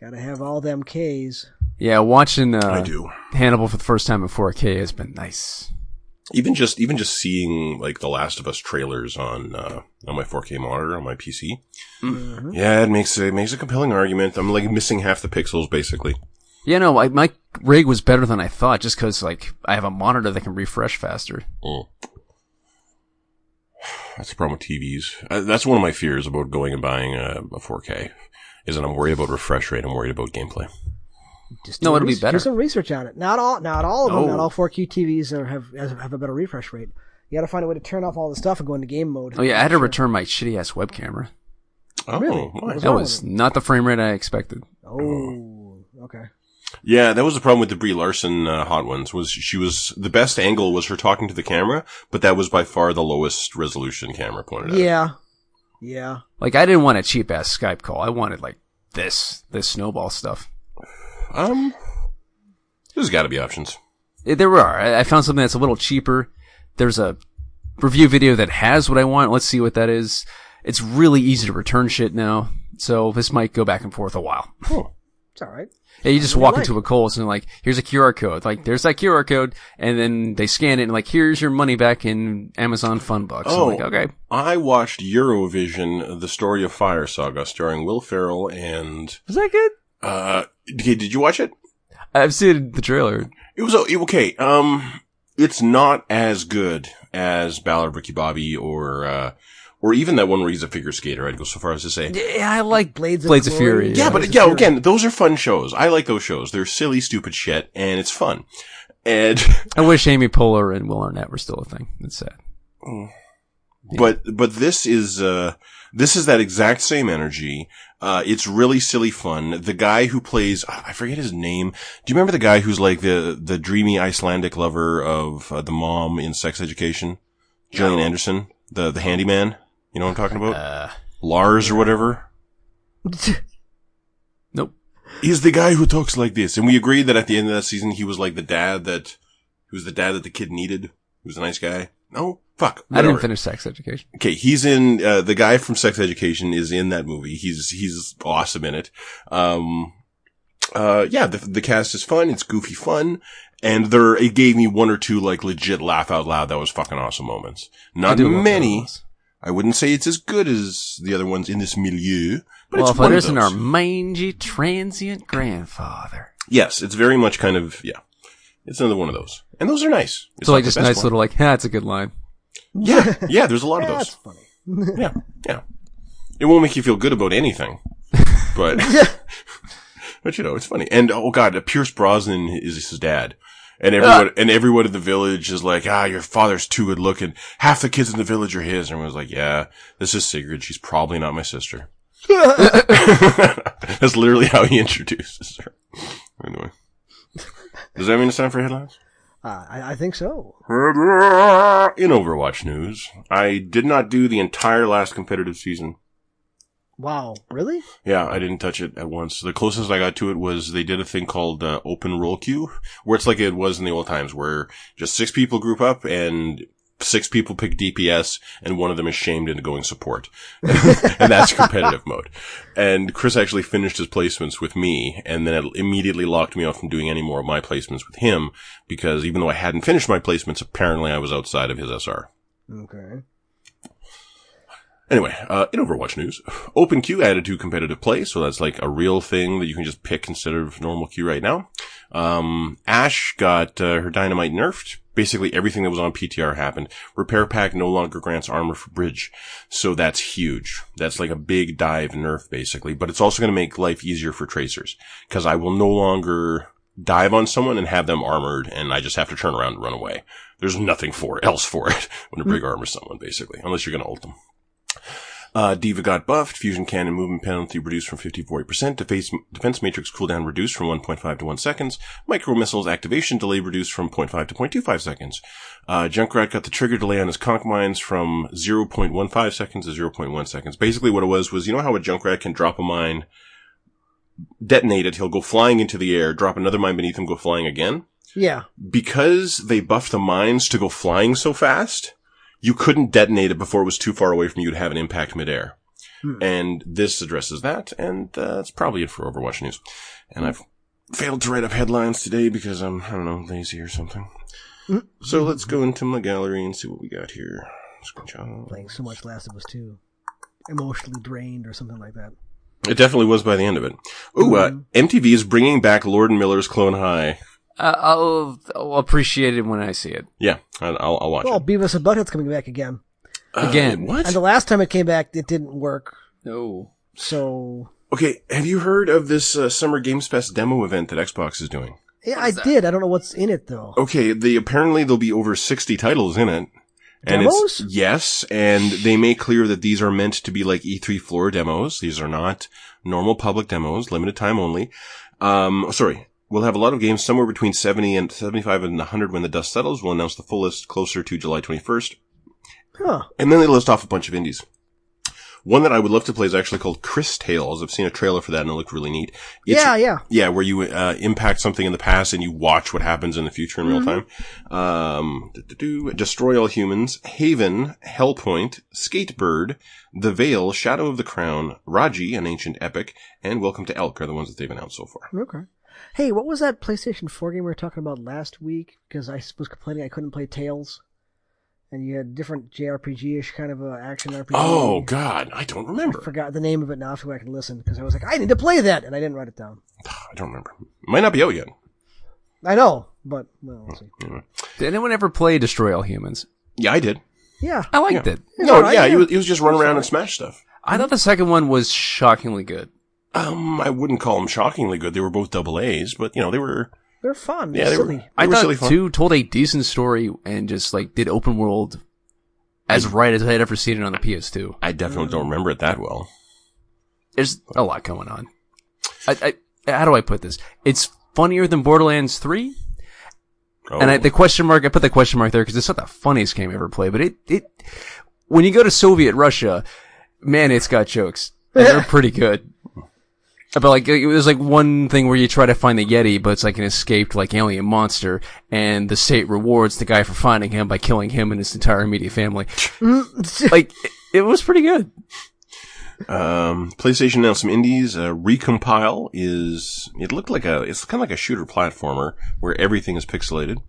Gotta have all them K's. Yeah, watching uh, I do. Hannibal for the first time in 4K has been nice. even just even just seeing like the Last of Us trailers on uh, on my 4K monitor on my PC, yeah, it makes it makes a compelling argument. I'm like missing half the pixels basically. Yeah, no, I, my rig was better than I thought, just because like I have a monitor that can refresh faster. Mm. That's the problem with TVs. Uh, that's one of my fears about going and buying a, a 4K. Is that I'm worried about refresh rate. I'm worried about gameplay. Just No, do it'll be res- better. Oh. Do some research on it. Not all, not all of them. No. Not all 4Q TVs are, have have a better refresh rate. You got to find a way to turn off all the stuff and go into game mode. Oh yeah, I had to return my shitty ass web camera. Oh, Really? why? What's That wrong was with not the frame rate I expected. Oh, okay. Yeah, that was the problem with the Brie Larson uh, hot ones. Was she was the best angle was her talking to the camera, but that was by far the lowest resolution camera pointed at. it. Yeah, yeah. Like I didn't want a cheap ass Skype call. I wanted like this, this snowball stuff. Um, there's got to be options. Eh, There are. I I found something that's a little cheaper. There's a review video that has what I want. Let's see what that is. It's really easy to return shit now, so this might go back and forth a while. Oh, It's all right. Yeah, you just What do you walk like? into a Kohl's and like, here's a QR code. Like, there's that QR code, and then they scan it and like, here's your money back in Amazon Fun Bucks. Oh. I'm like, okay, I watched Eurovision: The Story of Fire Saga, starring Will Ferrell and is that good? uh. Okay, did you watch it? I've seen the trailer. It was o- it- okay. Um, it's not as good as Ballard, Ricky Bobby, or uh, or even that one where he's a figure skater. I'd go so far as to say. Yeah, I like Blades of Blades of Glory. Fury. Yeah, Yeah, but it's yeah, true. again, those are fun shows. I like those shows. They're silly, stupid shit, and it's fun. And I wish Amy Poehler and Will Arnett were still a thing. It's sad. but but this is uh this is that exact same energy. Uh, it's really silly fun. The guy who plays, I forget his name. Do you remember the guy who's like the the dreamy Icelandic lover of uh, the mom in Sex Education? Gillian Anderson, the the handyman. You know what I'm talking about? Uh, Lars or whatever. nope. He's the guy who talks like this. And we agreed that at the end of that season, he was like the dad that, he was the dad that the kid needed. He was a nice guy. No? Fuck. I Whatever. didn't finish Sex Education. Okay. He's in, uh, the guy from Sex Education is in that movie. He's, he's awesome in it. Um, uh, yeah, the, the cast is fun. It's goofy fun. And there, it gave me one or two like legit laugh out loud. That was fucking awesome moments. I Not do love many. those. I wouldn't say it's as good as the other ones in this milieu, but well, it's if one it of isn't our those. mangy transient grandfather. Yes, it's very much kind of yeah. It's another one of those, and those are nice. It's so not like the just best nice one. little like, that's a good line. yeah, yeah. There's a lot of That's those. funny. Yeah, yeah. It won't make you feel good about anything, but but you know it's funny. And oh god, Pierce Brosnan is his dad. And everyone, and everyone in the village is like, ah, your father's too good looking. Half the kids in the village are his. And everyone's like, yeah, this is Sigrid. She's probably not my sister. That's literally how he introduces her. Anyway. Does that mean it's time for headlines? Uh, I, I think so. In Overwatch news, I did not do the entire last competitive season. Wow, really? Yeah, I didn't touch it at once. The closest I got to it was they did a thing called uh, open roll queue, where it's like it was in the old times, where just six people group up and six people pick DPS, and one of them is shamed into going support, and that's competitive mode. And Chris actually finished his placements with me, and then it immediately locked me off from doing any more of my placements with him because even though I hadn't finished my placements, apparently I was outside of his SR. Okay. Anyway, uh, in Overwatch news, open queue added to competitive play, so that's like a real thing that you can just pick instead of normal queue right now. Um, Ash got uh, her dynamite nerfed. Basically, everything that was on PTR happened. Repair pack no longer grants armor for bridge, so that's huge. That's like a big dive nerf, basically. But it's also going to make life easier for tracers because I will no longer dive on someone and have them armored, and I just have to turn around and run away. There's nothing for else for it when a brig armors someone, basically, unless you're going to ult them. Uh, Diva got buffed, fusion cannon movement penalty reduced from 54%, defense, defense matrix cooldown reduced from 1.5 to 1 seconds, micro missiles activation delay reduced from 0.5 to 0.25 seconds. Uh, Junkrat got the trigger delay on his conch mines from 0.15 seconds to 0.1 seconds. Basically what it was was, you know how a Junkrat can drop a mine, detonate it, he'll go flying into the air, drop another mine beneath him, go flying again? Yeah. because they buffed the mines to go flying so fast, you couldn't detonate it before it was too far away from you to have an impact midair. And this addresses that, and uh, that's probably it for Overwatch news. And I've failed to write up headlines today because I'm, I don't know, lazy or something. So let's go into my gallery and see what we got here. Screenshot. Playing so much Last of Us 2. Emotionally drained or something like that. It definitely was by the end of it. Ooh, uh, MTV is bringing back Lord and Miller's Clone High. Uh, I'll, I'll appreciate it when I see it Yeah, I- I'll, I'll watch Well, it. Beavis and Butthead's coming back again. Uh, again. what? And the last time it came back, it didn't work. No. So Okay, have you heard of this uh, Summer Games Fest demo event that Xbox is doing? yeah, I did. I don't know what's in it though. Okay, the apparently there'll be over 60 titles in it. And Demos? it's yes, and they make clear that these are meant to be like E3 floor demos. These are not normal public demos, limited time only. Um, sorry. We'll have a lot of games somewhere between 70 and 75 and 100 when the dust settles. We'll announce the full list closer to July 21st. Oh. Huh. And then they list off a bunch of indies. One that I would love to play is actually called Chris Tales. I've seen a trailer for that and it looked really neat. It's- yeah, yeah. yeah, where you uh, impact something in the past and you watch what happens in the future in real time. Um, do-do-do. Destroy All Humans, Haven, Hellpoint, Skatebird, The Veil, Shadow of the Crown, Raji, an ancient epic, and Welcome to Elk are the ones that they've announced so far. Okay. Hey, what was that PlayStation 4 game we were talking about last week? Because I was complaining I couldn't play Tails, and you had different JRPG-ish kind of a action RPG. Oh God, I don't I remember. forgot the name of it now, so I can listen. Because I was like, I need to play that, and I didn't write it down. I don't remember. Might not be out yet. I know, but well, Hmm. we'll see. Did anyone ever play Destroy All Humans? Yeah, I did. Yeah, I liked it. No, alright, yeah, yeah. He, was, he was just running around and smash stuff. I thought the second one was shockingly good. Um, I wouldn't call them shockingly good. They were both double A's, but you know they were. they're fun. Yeah, They're they were- silly. I were silly thought fun. two told a decent story and just like did open world as Mm. right as I had ever seen it on the PS2. I Mm. definitely don't remember it that well. There's a lot going on. I, I how do I put this? It's funnier than Borderlands Three, Oh. and I, the question mark I put the question mark there because it's not the funniest game I ever played, but it it when you go to Soviet Russia, man, it's got jokes. And they're pretty good. But like it was like one thing where you try to find the Yeti, but it's like an escaped like alien monster, and the state rewards the guy for finding him by killing him and his entire immediate family. like it, it was pretty good. Um, PlayStation announced some indies. Uh, Recompile is, it looked like a, it's kind of like a shooter platformer where everything is pixelated.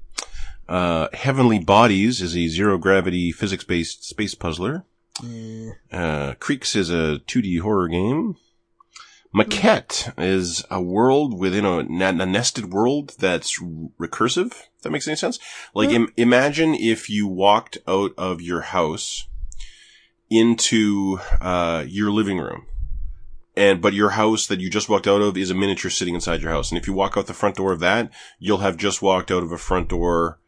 Uh, Heavenly Bodies is a zero gravity physics based space puzzler. Mm. Uh, Creeks is a 2D horror game. Maquette is a world within a, na- a nested world that's r- recursive. If that makes any sense. Like, Im- imagine if you walked out of your house into uh, your living room. And but your house that you just walked out of is a miniature sitting inside your house. And if you walk out the front door of that, you'll have just walked out of a front door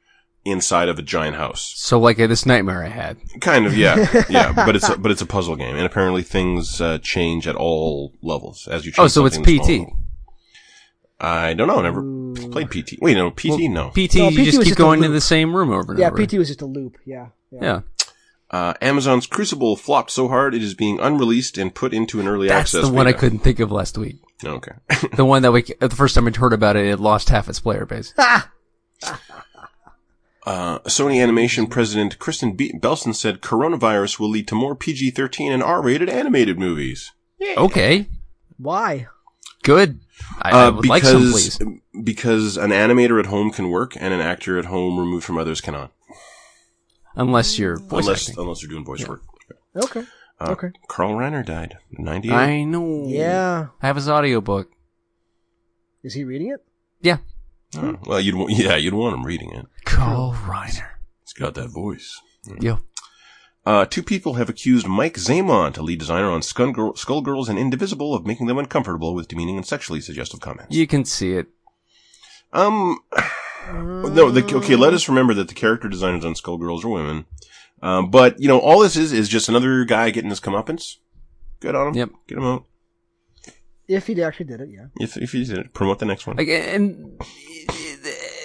inside of a giant house. So like uh, this nightmare I had. Kind of, yeah, yeah. But it's a, but it's a puzzle game, and apparently things uh, change at all levels as you. Change Oh, so it's something that's PT. small. I don't know. I never played PT. Wait, no, PT. no. PT, No, you PT just was keep just a going to loop. the same room over and yeah, over. PT was just a loop. Yeah, Yeah. uh, Amazon's Crucible flopped so hard it is being unreleased and put into an early That's access. the one I beta. couldn't think of last week. Okay. The one that we the first time I heard about it, it lost half its player base. Uh, Sony Animation President Kristen Be- Belson said coronavirus will lead to more PG 13 and R rated animated movies. Okay, Why? good. I, I Uh, would like some, please. because an animator at home can work and an actor at home removed from others cannot. Unless you're voice unless, acting. unless you're doing voice work. Okay. Uh, mm. Okay. Carl Reiner died in 98. I know. Yeah. I have his audiobook. Is he reading it? Yeah. Oh, well, you'd, wa- yeah, you'd want him reading it. Carl Reiner. He's got that voice. Yo. Uh, two people have accused Mike Zamon, a lead designer on Skullgirl, Skullgirls and Indivisible, of making them uncomfortable with demeaning and sexually suggestive comments. You can see it. Um, Oh, no, Mm, the, okay, let us remember that the character designers on Skullgirls are women. Um, but, you know, all this is, is just another guy getting his comeuppance. Good on him. Yep. Get him out. If he actually did it, yeah. If, if he did it, promote the next one. Like, and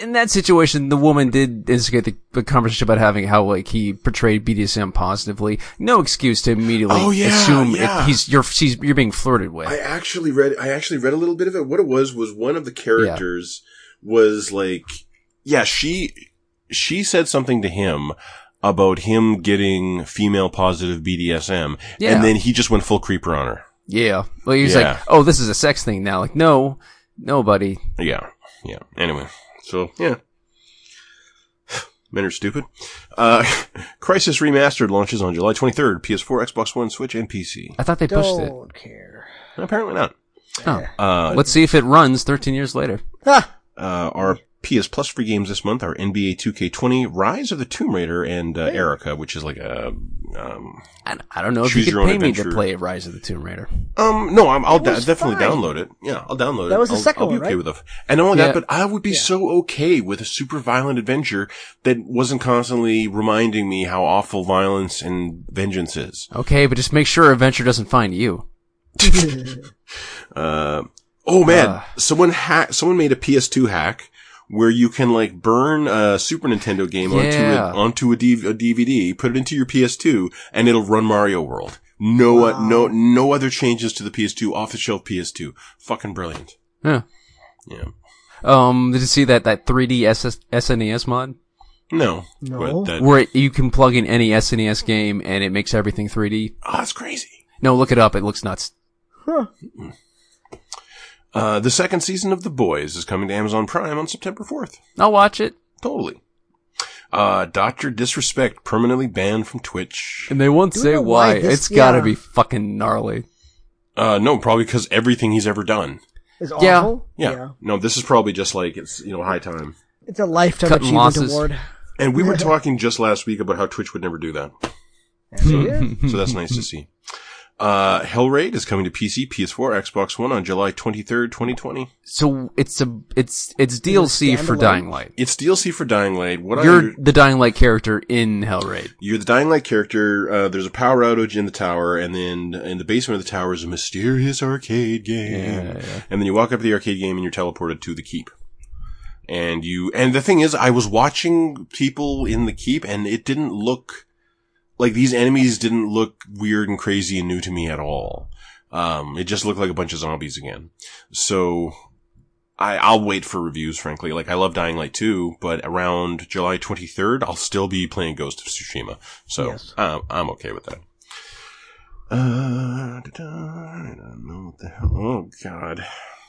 in that situation, the woman did instigate the, the conversation about having how like he portrayed BDSM positively. No excuse to immediately Oh, yeah, assume it- yeah. he's you're she's, you're being flirted with. I actually read. I actually read a little bit of it. What it was was one of the characters was like, yeah, she she said something to him about him getting female positive BDSM, Yeah. and then he just went full creeper on her. yeah. Well, he's Yeah. like, oh, this is a sex thing now. Like, no, nobody. Yeah, yeah. Anyway, so yeah. Men are stupid. Uh, Crisis Remastered launches on July 23rd, PS4, Xbox One, Switch, and PC. I thought they pushed it. Don't care. Apparently not. Oh. Uh, Let's see if it runs 13 years later. Ah, uh, our PS Plus free games this month are NBA 2K20, Rise of the Tomb Raider, and uh, Erica, which is like a um, I, I don't know if Choose you your could own pay me to adventure. play Rise of the Tomb Raider. um no, I'm, I'll It da- was definitely fine. download it. Yeah, I'll download it. That was the I'll- second I'll be one, okay right? with it. And not only that, Yeah. but I would be so okay with a super violent adventure that wasn't constantly reminding me how awful violence and vengeance is. Okay, but just make sure Adventure doesn't find you. Uh, oh man, Ugh. someone ha- someone made a PS2 hack where you can like burn a Super Nintendo game onto a, Yeah. onto a, D- a DVD, put it into your PS2, and it'll run Mario World. No, uh, no, no other changes to the PS2 off the shelf PS2. Fucking brilliant. Yeah. Yeah. Um, did you see that, that 3D SS, SNES E mod? No. No. But that, Where it, you can plug in any SNES game and it makes everything 3D. oh, that's crazy. No, look it up. It looks nuts. huh. Uh, the second season of The Boys is coming to Amazon Prime on September 4th. I'll watch it. Totally. Uh, Dr. Disrespect permanently banned from Twitch. And they won't Do we say know why. why this- it's gotta yeah. be fucking gnarly. Uh, no, probably because everything he's ever done. It's Yeah. awful. Yeah. No, this is probably just like it's you know high time. It's a lifetime Cutting achievement losses. award. And we were talking just last week about how Twitch would never do that, so that's nice to see. Uh, Hellraid is coming to PC, PS4, Xbox One on July 23rd, 2020. So it's a, it's, it's DLC for standalone? Dying Light. It's DLC for Dying Light. What I You're under- the Dying Light character in Hellraid. you're the Dying Light character. Uh, there's a power outage in the tower, and then in the basement of the tower is a mysterious arcade game. And then you walk up to the arcade game, and you're teleported to the keep. And you, and the thing is, I was watching people in the keep, and it didn't look like these enemies didn't look weird and crazy and new to me at all. Um, it just looked like a bunch of zombies again. So I, I'll wait for reviews, frankly. Like, I love Dying Light 2, but around July 23rd, I'll still be playing Ghost of Tsushima. So, Yes. um, I'm okay with that. Uh, da-da, I don't know what the hell. Oh, God.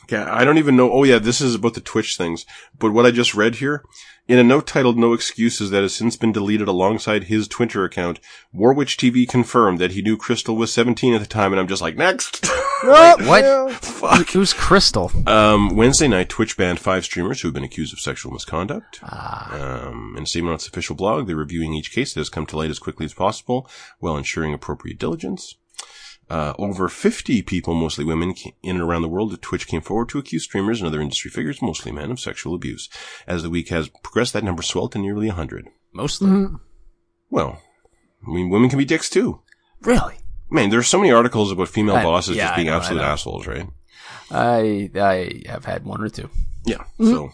Okay, I don't even know. Oh, yeah, this is about the Twitch things. But what I just read here, in a note titled No Excuses that has since been deleted alongside his Twitter account, Warwitch TV confirmed that he knew Crystal was 17 at the time, and I'm just like, next! Nope. What? Oh, No. Fuck. Who's Crystal? Um, Wednesday night, Twitch banned five streamers who have been accused of sexual misconduct. Ah. Um, in a statement on its official blog, they're reviewing each case that has come to light as quickly as possible while ensuring appropriate diligence. Uh, over 50 people, mostly women, ca- in and around the world at Twitch came forward to accuse streamers and other industry figures, mostly men, of sexual abuse. As the week has progressed, that number swelled to nearly 100. Mostly. Well, I mean, women can be dicks too. Really? Man, there's so many articles about female I- bosses yeah, just I being know, I absolute know. assholes, right? I, I have had one or two. Yeah. So,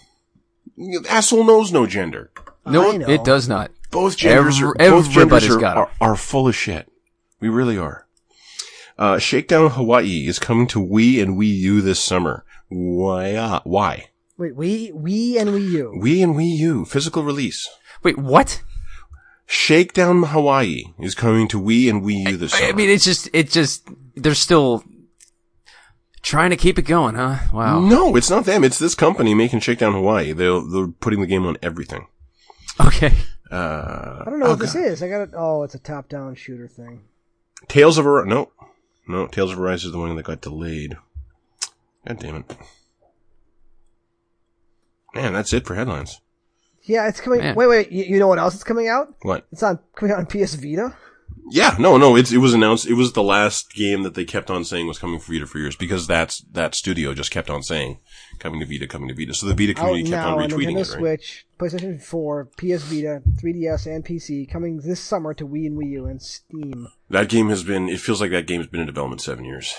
Mm-hmm. asshole knows no gender. No, I know. it does not. Both genders are Every- both genders everybody's are, got 'em. are, are full of shit. We really are. Uh, Shakedown Hawaii is coming to Wii and Wii U this summer. Why? Uh, why? Wait, we we and we you. Wii and Wii U physical release. Wait, what? Shakedown Hawaii is coming to Wii and Wii U this summer. I mean, it's just, it just, they're still trying to keep it going, huh? Wow. no, it's not them. It's this company making Shakedown Hawaii. They're they're putting the game on everything. Okay. Uh, I don't know what this is. I got it. Oh, it's a top-down shooter thing. Tales of Arise. No, no. Tales of Arise is the one that got delayed. God damn it. Man, that's it for headlines. Yeah, it's coming. Man. Wait, wait. You, you know what else is coming out? What? It's on coming out on PS Vita. Yeah, no, no. It, it was announced. It was the last game that they kept on saying was coming for Vita for years because that's that studio just kept on saying coming to Vita, coming to Vita. So the Vita community out kept Oh, now on on retweeting Nintendo it. Right? Switch, PlayStation 4, PS Vita, 3DS, and PC. Coming this summer to Wii and Wii U and Steam. That game has been. It feels like that game has been in development seven years.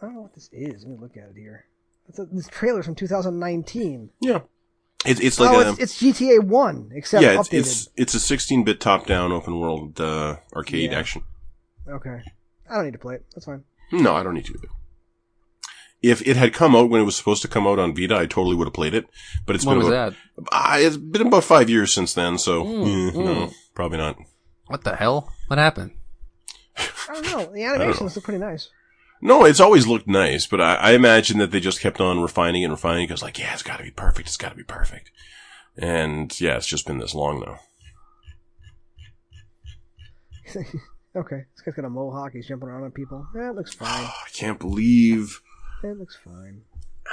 I don't know what this is. Let me look at it here. It's a, this trailer's from 2019. Yeah, it, it's like oh, a it's, it's GTA 1, except yeah, it's, updated. it's it's a 16-bit top-down open world uh, arcade Yeah. action. Okay. I don't need to play it. That's fine. No, I don't need to. either. If it had come out when it was supposed to come out on Vita, I totally would have played it. But it's When been was about, that? Ah, it's been about five years since then, so Hmm, Mm, eh, no, probably not. What the hell? What happened? I don't know. The Oh. animations look pretty nice. No, it's always looked nice, but I, I imagine that they just kept on refining and refining because, like, yeah, it's got to be perfect. It's got to be perfect. And yeah, it's just been this long now. okay, this guy's got a mohawk. He's jumping around on people. That looks fine. I can't believe That looks fine.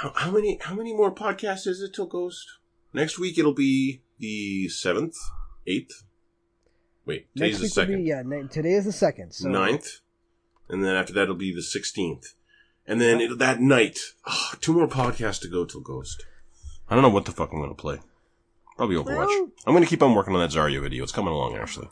how, how many how many more podcasts is it till Ghost? Next week it'll be the seventh, eighth. Wait, today's the Next week will second. be, yeah, na- today is the second. So ninth, and then after that it'll be the sixteenth, and then it, that night, ah, two more podcasts to go till Ghost. I don't know what the fuck I'm gonna play. Probably Overwatch. Well- I'm gonna keep on working on that Zarya video. It's coming along, actually.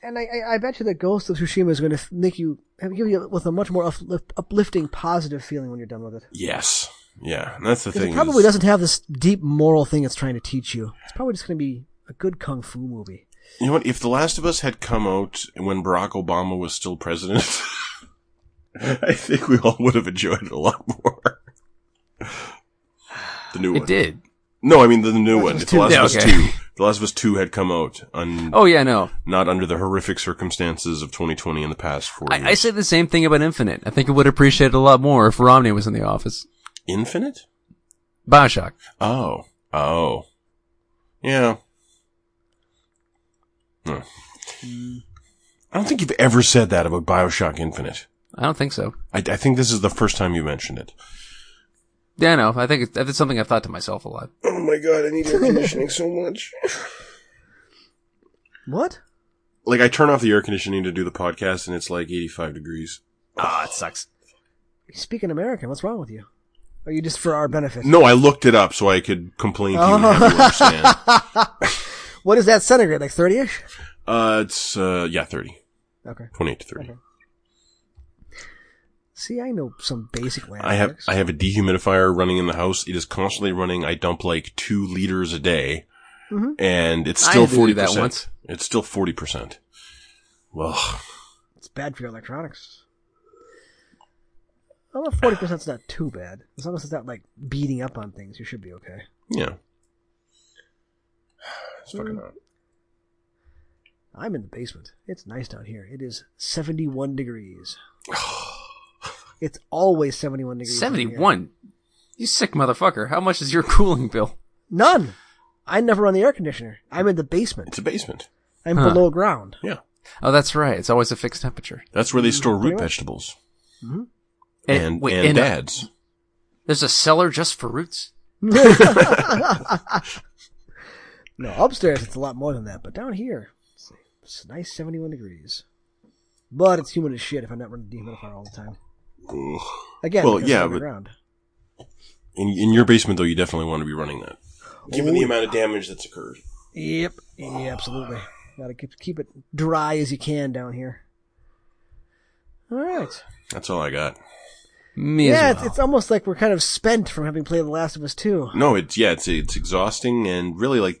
And I, I, I bet you that Ghost of Tsushima is going to make you have give you with a much more uplift, uplifting, positive feeling when you're done with it. Yes, yeah, and that's the Because thing. it probably is- doesn't have this deep moral thing it's trying to teach you. It's probably just going to be a good kung fu movie. You know what? If The Last of Us had come out when Barack Obama was still president, I think we all would have enjoyed it a lot more. The new It one. did. No, I mean the, the new Last one. of Us If The Last Yeah, of Us okay. Two. The Last of Us Two had come out on Oh yeah, no. not under the horrific circumstances of 2020 in the past four years. I, I said the same thing about Infinite. I think I would appreciate it a lot more if Romney was in the office. Infinite? Bioshock. Oh. Oh. Yeah. Hmm. I don't think you've ever said that about Bioshock Infinite. I don't think so. I, I think this is the first time you mentioned it. Yeah, no. I think it's, it's something I've thought to myself a lot. Oh my god, I need air conditioning so much. What? Like, I turn off the air conditioning to do the podcast and it's like 85 degrees. Ah, it sucks. You speak in American. What's wrong with you? Are you just for our benefit? No, I looked it up so I could complain to you and have you understand. What is that centigrade? Like 30 ish? Uh, it's, uh, yeah, 30. Okay. 28 to 30. See, I know some basic land. I have works. I have a dehumidifier running in the house. It is constantly running. I dump like two liters a day, Mm-hmm. and it's I still had to do forty that percent. once. It's still forty percent. Well, It's bad for your electronics. Well, forty percent's not too bad. As long as it's not like beating up on things, you should be okay. yeah, it's fucking hot. I'm in the basement. It's nice down here. It is seventy-one degrees. it's always seventy-one degrees. down here. Seventy-one. You sick motherfucker. How much is your cooling bill? None. I never run the air conditioner. I'm in the basement. It's a basement. I'm Huh. below ground. Yeah, Oh, that's right. It's always a fixed temperature. that's where they store Pretty root much. vegetables Mm-hmm. hmm and and, wait, uh, a- dads. there's a cellar just for roots. No, upstairs it's a lot more than that, but down here it's, it's a nice seventy-one degrees. But it's humid as shit if I'm not running the dehumidifier all the time. Ugh. Again, Well, because yeah, it's but- underground. In in your basement though, you definitely want to be running that, given the Oh, amount of damage that's occurred. Yep. Yeah, absolutely. Gotta keep keep it dry as you can down here. All right. That's all I got. Me yeah, as it's, well. it's almost like we're kind of spent from having played The Last of Us 2. No, it's yeah, it's it's exhausting and really like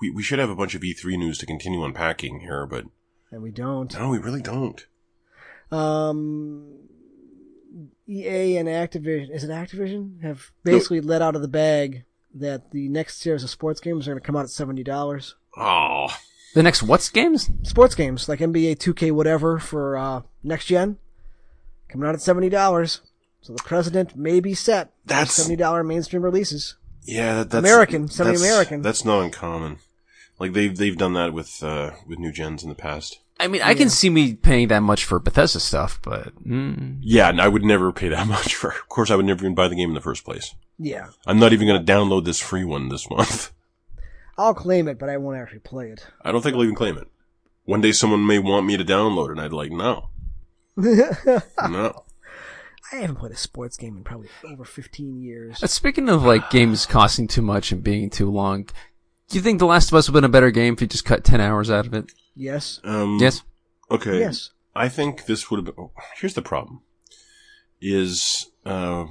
we we should have a bunch of E3 news to continue unpacking here, but And we don't. no, we really don't. Um, EA and Activision, is it Activision? Have basically let out of the bag that the next series of sports games are going to come out at $70. Oh, the next what's games? Sports games, like NBA 2K whatever for uh, next gen, coming out at $70. So the president may be set. for That's- $70 mainstream releases. yeah, that, that's American, that's- semi-American. That's not uncommon. Like they've they've done that with uh with new gens in the past. I mean, I can see me paying that much for Bethesda stuff, but mm, Yeah, and I would never pay that much for. Of course, I would never even buy the game in the first place. Yeah. I'm not even going to download this free one this month. I'll claim it, but I won't actually play it. I don't think I'll even claim it. One day someone may want me to download it, and I'd be like, no, no. I haven't played a sports game in probably over 15 years. Uh, speaking of like games costing too much and being too long, do you think The Last of Us would have been a better game if you just cut ten hours out of it? Mm-hmm. Yes. Um, Yes. Okay. Yes. I think this would have been. oh, here's the problem: is uh,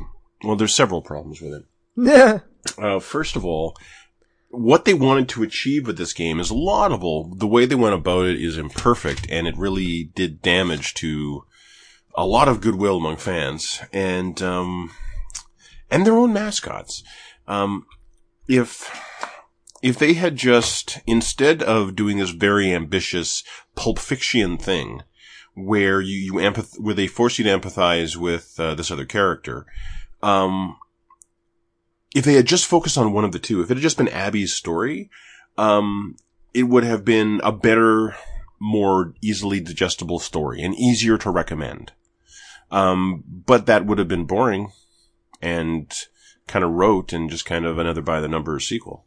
well, there's several problems with it. Uh, first of all, what they wanted to achieve with this game is laudable. The way they went about it is imperfect, and it really did damage to a lot of goodwill among fans and um, and their own mascots. Um, if if they had just instead of doing this very ambitious pulp fiction thing where you you empath- where they force you to empathize with uh, this other character um if they had just focused on one of the two, if it had just been Abby's story, um, it would have been a better, more easily digestible story and easier to recommend. Um, but that would have been boring and kind of rote and just kind of another by the numbers sequel.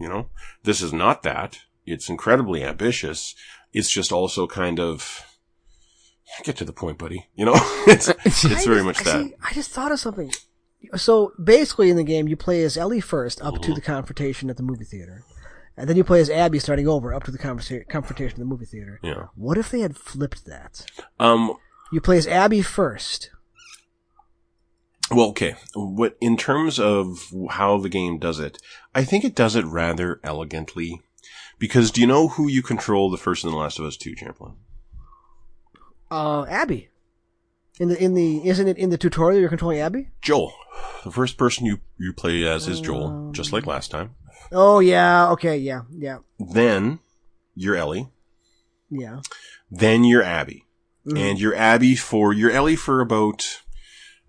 You know, this is not that. It's incredibly ambitious. It's just also kind of get to the point, buddy. You know, it's, it's very much that. See, I just thought of something. So basically, in the game, you play as Ellie first up to the confrontation at the movie theater, and then you play as Abby starting over up to the conversa- confrontation at the movie theater. Yeah. What if they had flipped that? Um, You play as Abby first. Well, okay. What in terms of how the game does it, I think it does it rather elegantly. Because do you know who you control the first and the last of us two, Champlain? Uh, Abby. In the in the isn't it in the tutorial you're controlling Abby? Joel. The first person you, you play as is Joel, just like last time. Oh yeah. Okay. Yeah. Yeah. Then you're Ellie. Yeah. Mm-hmm. Then you're Abby. Mm. And you're Abby for you're Ellie for about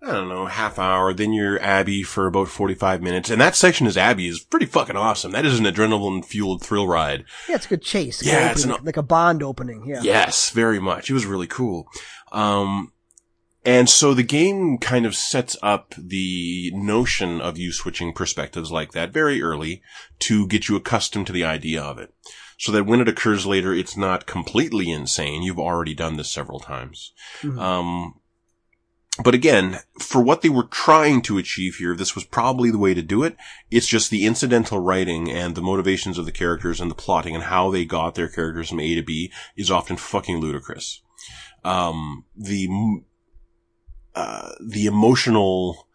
I don't know, half hour, then you're Abby for about forty five minutes. And that section as Abby is pretty fucking awesome. That is an adrenaline fueled thrill ride. Yeah. It's a good chase. Yeah, Good it's opening, an- like a Bond opening. Yeah. Yes, very much. It was really cool. Um, and so the game kind of sets up the notion of you switching perspectives like that very early to get you accustomed to the idea of it. So that when it occurs later, it's not completely insane. You've already done this several times. Um, but again, for what they were trying to achieve here, this was probably the way to do it. It's just the incidental writing and the motivations of the characters and the plotting and how they got their characters from A to B is often fucking ludicrous. Um, the, m- uh, the emotional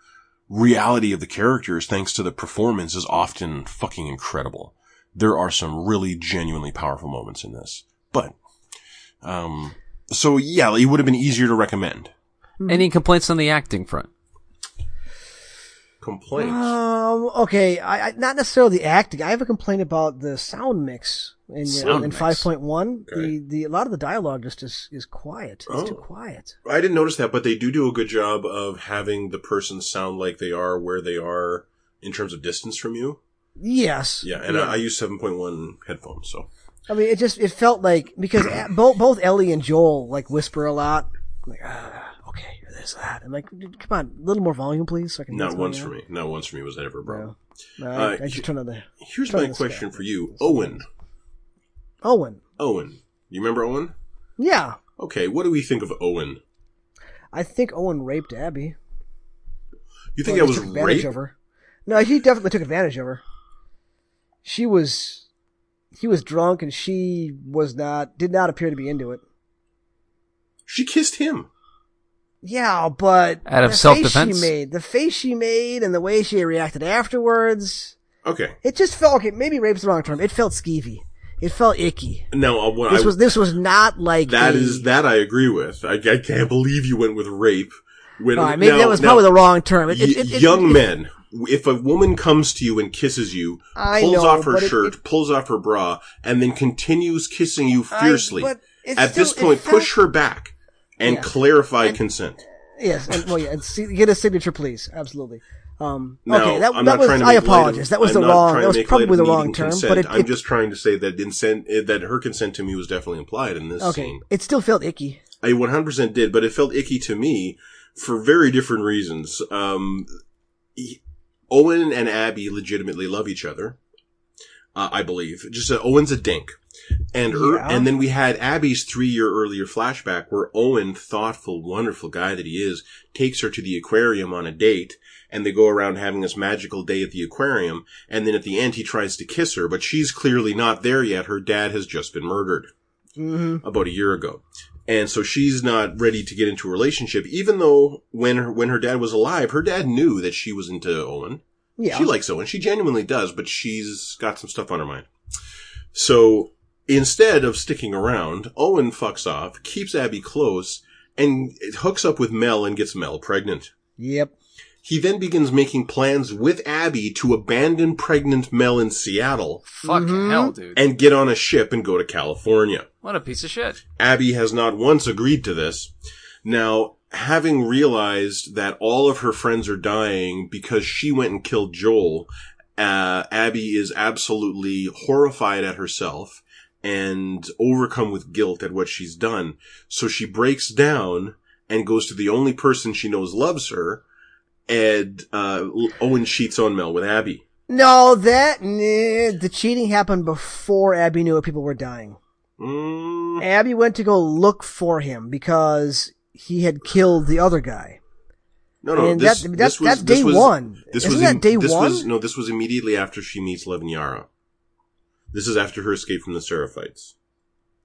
reality of the characters, thanks to the performance, is often fucking incredible. There are some really genuinely powerful moments in this, but, um, so yeah, it would have been easier to recommend. Any complaints on the acting front? Complaints. Um. Okay. I, I not necessarily the acting. I have a complaint about the sound mix in Sound in mix. five point one. Okay. The the a lot of the dialogue just is is quiet. It's Oh. too quiet. I didn't notice that, but they do do a good job of having the person sound like they are where they are in terms of distance from you. Yes. Yeah, and I, I use 7.1 headphones, so. I mean, it just it felt like because both both Ellie and Joel like whisper a lot. I'm like, ah, okay, you're this that. I'm like, dude, come on, a little more volume, please. So I can Not once for me. Not once for me was that ever a problem. No, I, Uh, I just turn on the Here's Turn my this question down. for you. Owen. Owen. Owen. You remember Owen? Yeah, Okay, what do we think of Owen? I think Owen raped Abby. You think Well, that he was took advantage rape? of her. No, he definitely took advantage of her. She was, he was drunk, and she was not, did not appear to be into it. She kissed him. Yeah, but Out of the face self-defense? she made, the face she made, and the way she reacted afterwards, Okay. it just felt okay. Maybe rape's the wrong term. It felt skeevy. It felt icky. Now, uh, what This I, was this was not like that a- is, that I agree with. I, I can't believe you went with rape. When, All right, maybe now- that was now- probably the wrong term. It, Y- it, it, it- young it- men, if a woman comes to you and kisses you, I pulls know, off her but it- shirt, it- pulls off her bra, and then continues kissing you I- fiercely, but it's at this still- it point, felt- push her back and Yeah. clarify consent. Yes, and, well, yeah, and see, get a signature, please. Absolutely. Um, No, okay, that, I'm that not was. trying to I make light apologize. Of, that was I'm the not wrong. trying That to was make light probably of the needing wrong term. consent. But it, I'm it- just trying to say that incent, eh, that her consent to me was definitely implied in this okay. scene. It still felt icky. I 100% did, but it felt icky to me for very different reasons. Um, he- Owen and Abby legitimately love each other. Uh, I believe. Just uh, Owen's a dink. And er- Yeah. and then we had Abby's three year earlier flashback where Owen, thoughtful, wonderful guy that he is, takes her to the aquarium on a date and they go around having this magical day at the aquarium. And then at the end, he tries to kiss her, but she's clearly not there yet. Her dad has just been murdered about a year ago. And so she's not ready to get into a relationship, even though when her, when her dad was alive, her dad knew that she was into Owen. Yeah. She likes Owen. She genuinely does, but she's got some stuff on her mind. So instead of sticking around, Owen fucks off, keeps Abby close, and hooks up with Mel and gets Mel pregnant. yep. He then begins making plans with Abby to abandon pregnant Mel in Seattle Fucking hell, dude! and get on a ship and go to California. What a piece of shit! Abby has not once agreed to this. Now, having realized that all of her friends are dying because she went and killed Joel, uh, Abby is absolutely horrified at herself and overcome with guilt at what she's done. So she breaks down and goes to the only person she knows loves her, and uh, Owen cheats on Mel with Abby. No, that nah, the cheating happened before Abby knew people were dying. Mm, Abby went to go look for him because he had killed the other guy. no, no, and this, that- that- this was, that's this day was- one. This Isn't was that im- day this one? Was, no, this was immediately after she meets Levin Yara. This is after her escape from the Seraphites.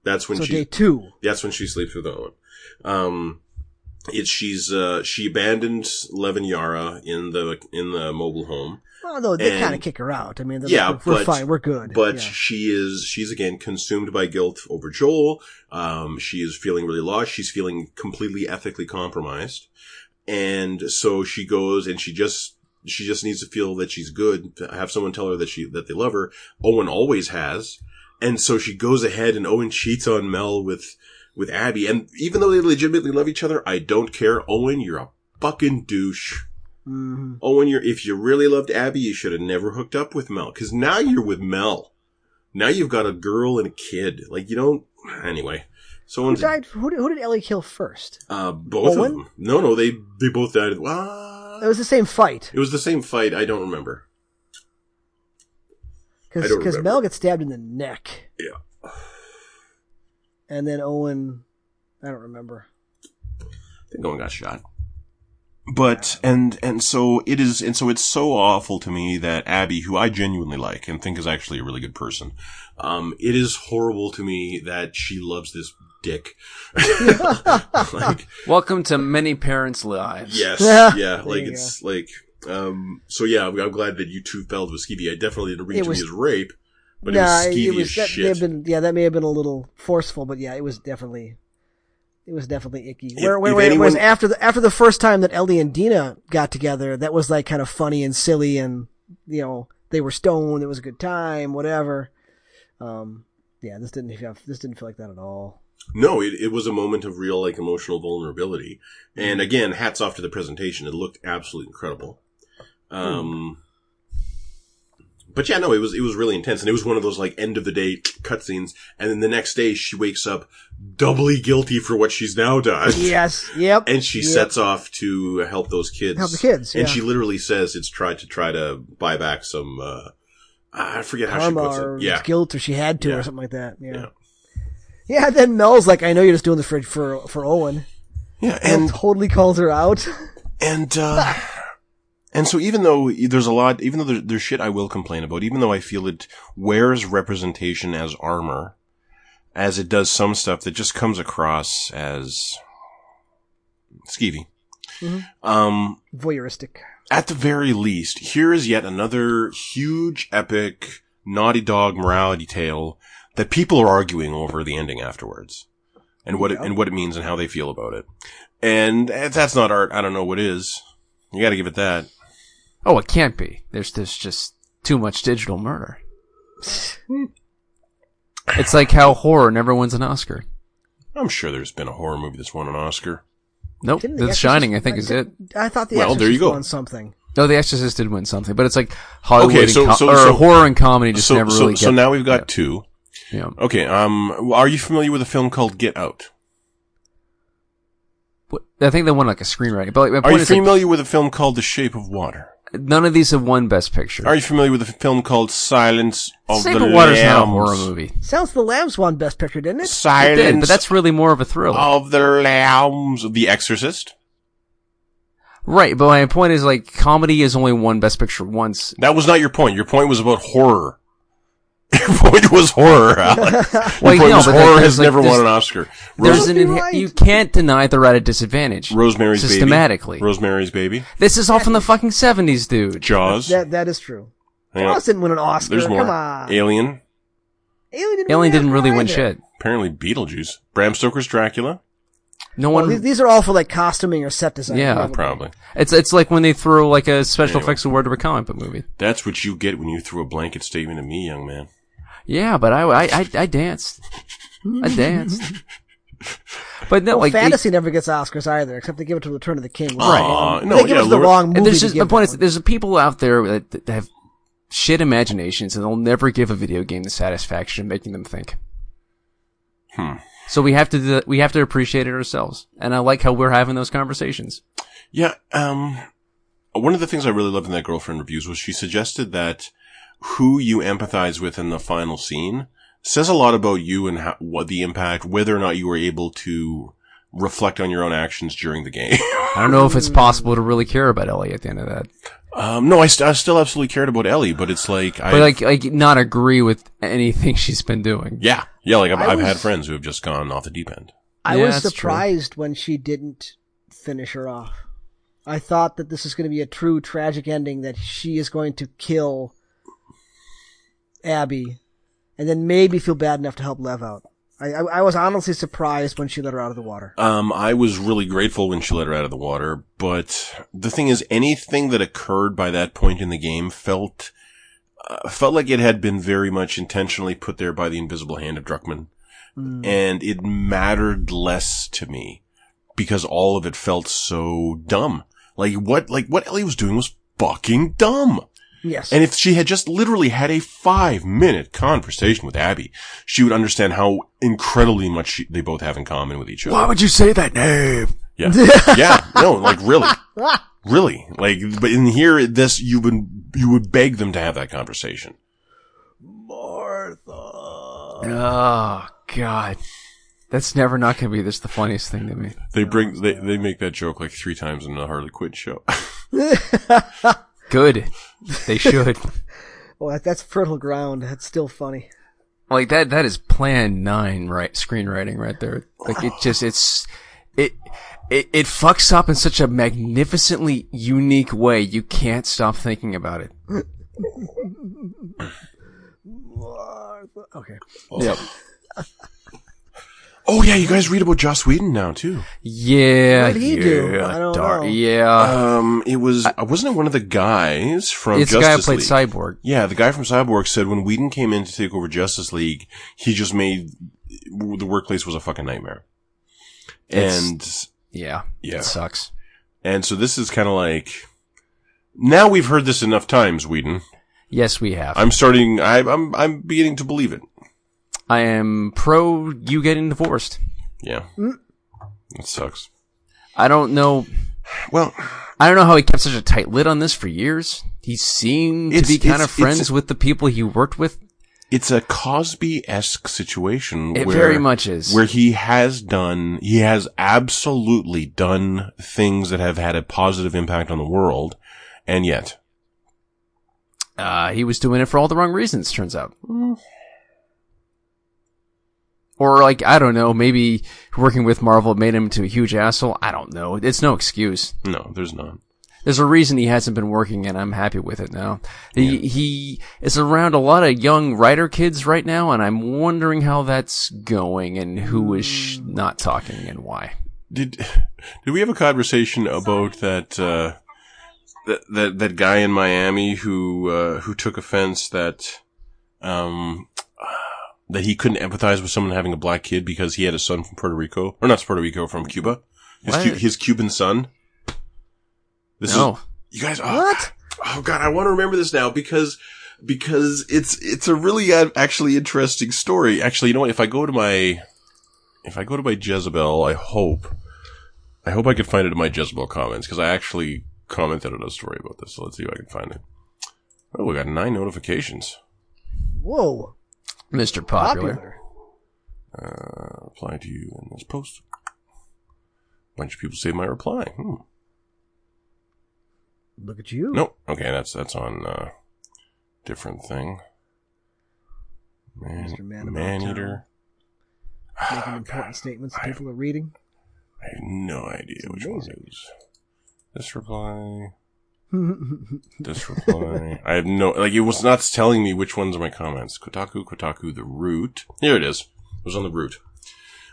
That's when so she day two. That's when she sleeps with Owen. Um, it's she's uh, she abandoned Levin Yara in the in the mobile home, Although they And- kind of kick her out. I mean, they're Yeah, like, we're but- fine, we're good. but Yeah. she is she's again consumed by guilt over Joel. Um, she is feeling really lost. She's feeling completely ethically compromised, and so she goes and she just. She just needs to feel that she's good, to have someone tell her that she, that they love her. Owen always has. And so she goes ahead and Owen cheats on Mel with, with Abby. And even though they legitimately love each other, I don't care. Owen, you're a fucking douche. Mhm. Owen, Oh, you're, if you really loved Abby, you should have never hooked up with Mel. Cause now you're with Mel. Now you've got a girl and a kid. Like you don't, anyway. So Who Owen's, died? Who did, who did Ellie kill first? uh, both Owen? Oh. of them. No, no, they, they both died. Ah. It was the same fight It was the same fight. I don't remember. I don't because remember. Mel gets stabbed in the neck, Yeah. and then Owen. I don't remember. think Owen got shot. But and and so it is, and so it's so awful to me that Abby, who I genuinely like and think is actually a really good person, um, it is horrible to me that she loves this dick. like Welcome to many parents' lives. yes, Yeah. yeah, There like you it's like um. So yeah, I'm, I'm glad that you two fell with skeevy. I definitely didn't read It to was- me as rape, but it was skeevy as that may shit. have been yeah that may have been a little forceful, but yeah, it was definitely it was definitely icky. If- where where, if where it was anyone- after the after the first time that Ellie and Dina got together, that was like kind of funny and silly, and you know they were stoned, it was a good time, whatever. Um, yeah, this didn't feel this didn't feel like that at all. No, it, it was a moment of real, like, emotional vulnerability. Mm-hmm. And again, hats off to the presentation. It looked absolutely incredible. Um, Mm. but yeah, no, it was, it was really intense. And it was one of those, like, end of the day cutscenes. And then the next day, she wakes up doubly guilty for what she's now done. Yes, yep. And she yep. sets off to help those kids. Help the kids, And yeah. she literally says it's tried to try to buy back some, uh, I forget how karma she puts or it. Yeah. guilt, or she had to, Yeah. or something like that. Yeah. Yeah. yeah. and then Mel's like, "I know you're just doing this for for, for Owen," Yeah. and And totally calls her out. And, uh, Ah. and so even though there's a lot, even though there, there's shit I will complain about, even though I feel it wears representation as armor, as it does some stuff that just comes across as skeevy. Mhm. Um, Voyeuristic. at the very least, here is yet another huge epic Naughty Dog morality tale that people are arguing over the ending afterwards and what it, Yeah. and what it means and how they feel about it. And if that's not art, I don't know what is. You got to give it that. Oh, it can't be. There's there's just too much digital murder. it's like how horror never wins an Oscar. I'm sure there's been a horror movie that's won an Oscar. Nope. Didn't The, Exorcist- Shining, I think, is it. didn't- I thought the Well, Exorcist there you go. won something. No, The Exorcist did win something, but it's like Hollywood Okay, and so- co- so- or so- horror and comedy just So, never so, really. so get- now we've got two. Yeah. Okay. Um, are you familiar with a film called Get Out? What- I think they won like a screenwriting. But like, my Are point you is, like, familiar with a film called The Shape of Water? none of these have won Best Picture. Are you familiar with a film called Silence of Shape the of Water's not a Lambs? horror movie. Sounds the Lambs won Best Picture, didn't it? It Silence did, but that's really more of a thriller. of the Lambs, The Exorcist. Right, but my point is like comedy is only won Best Picture once. That was not your point. Your point was about horror. Your point was horror, Alex. Your Well, point no, was but horror like, has there's, like, never won there's- an Oscar. There's Rose- an You're inhe- right. you can't deny they're at a disadvantage. Rosemary's Baby. systematically. Rosemary's Baby. This is all from the fucking seventies, dude. Jaws. That that is true. Hang on. Jaws didn't win an Oscar. There's more. Come on. Alien. Alien didn't, Alien win didn't that really win either. shit. Apparently Beetlejuice. Bram Stoker's Dracula. No Well, one. these, these are all for like costuming or set design. Yeah. Probably. it's it's like when they throw like a special Anyway. effects award to a comic book movie. That's what you get when you threw a blanket statement at me, young man. Yeah, but I I I, I danced. I danced. But no, Well, like they- fantasy never gets Oscars either, except they give it to Return of the King. Right. Um, Aw, Oh, no, they give yeah, it to the Lord- wrong movie. And there's just to my give point that is there's people out there that, that have shit imaginations and they'll never give a video game the satisfaction of making them think. Hmm. So we have to do, we have to appreciate it ourselves. And I like how we're having those conversations. Yeah. Um, one of the things I really loved in that girlfriend reviews was she suggested that who you empathize with in the final scene says a lot about you and how, what the impact, whether or not you were able to reflect on your own actions during the game. I don't know if it's possible to really care about Ellie at the end of that, um, no, I, st- I still absolutely cared about Ellie, but it's like, but I, like like not agree with anything she's been doing. yeah, yeah, like I've, I I've had was- friends who have just gone off the deep end. I Yeah, was that's true. surprised when she didn't finish her off. I thought that this is going to be a true tragic ending that she is going to kill Abby, and then maybe feel bad enough to help Lev out. I, I, I was honestly surprised when she let her out of the water. Um, I was really grateful when she let her out of the water, but the thing is, anything that occurred by that point in the game felt uh, felt like it had been very much intentionally put there by the invisible hand of Druckmann, Mm, and it mattered less to me because all of it felt so dumb. Like what, like what Ellie was doing was fucking dumb. Yes, And if she had just literally had a five minute conversation with Abby, she would understand how incredibly much she, they both have in common with each other. would you say that name? Yeah. yeah. No, like really. Really. Like, but in here, this, you would, you would beg them to have that conversation. Oh God, that's never not going to be this the funniest thing to me. They bring, they, they make that joke like three times in the Harley Quinn show. Good, they should. well, Oh, that, that's fertile ground. That's still funny. like that that is plan nine right screenwriting right there like it just it's it it, it fucks up in such a magnificently unique way you can't stop thinking about it Okay. yep oh yeah. You guys read about Joss Whedon now too. yeah What'd he yeah, do? I don't dar- know. yeah Um, it was, I wasn't it one of the guys from it's the guy who Justice played League? cyborg Yeah, the guy from Cyborg said when Whedon came in to take over Justice League, he just made the workplace was a fucking nightmare. It's- and yeah Yeah. it sucks and so this is kind of like now we've heard this enough times, Whedon. yes we have I'm, I'm starting. I, I'm I'm beginning to believe it. pro you getting divorced Yeah, Hmm. it sucks. i don't know Well, i don't know how he kept such a tight lid on this for years he seemed It's- to be kind it's- of it's- friends with the people he worked with it's a Cosby esque situation. it where, very much is where he has done. He has absolutely done things that have had a positive impact on the world, and yet. Uh, he was doing it for all the wrong reasons, turns out. Or like, I don't know, maybe working with Marvel made him to a huge asshole. I don't know. It's no excuse. No, there's not. There's a reason he hasn't been working and I'm happy with it now. He, he is around a lot of young writer kids right now and I'm wondering how that's going and who is Mm. sh- not talking and why. Did did we have a conversation about that uh, that that that guy in Miami who uh, who took offense that um that he couldn't empathize with someone having a black kid because he had a son from Puerto Rico or not Puerto Rico from Cuba his What? Cu- his Cuban son. This no. is you guys. Oh, What? Oh God, I want to remember this now because because it's it's a really uh, actually interesting story. Actually, you know what? If I go to my if I go to my Jezebel, I hope I hope I can find it in my Jezebel comments because I actually commented on a story about this. So let's see if I can find it. Oh, we got nine notifications. Whoa. Mr. Popular. Popular. Uh, reply to you in this post. bunch of people saved my reply. Hmm. Look at you. Nope. Okay, that's that's on uh different thing. Man, Mr. Man About eater. Making important statements that I- people are reading. I have no idea which one it is. This reply. This reply. I have no like it was not telling me which ones are my comments. Kotaku, Kotaku, the root. Here it is. It was on the root.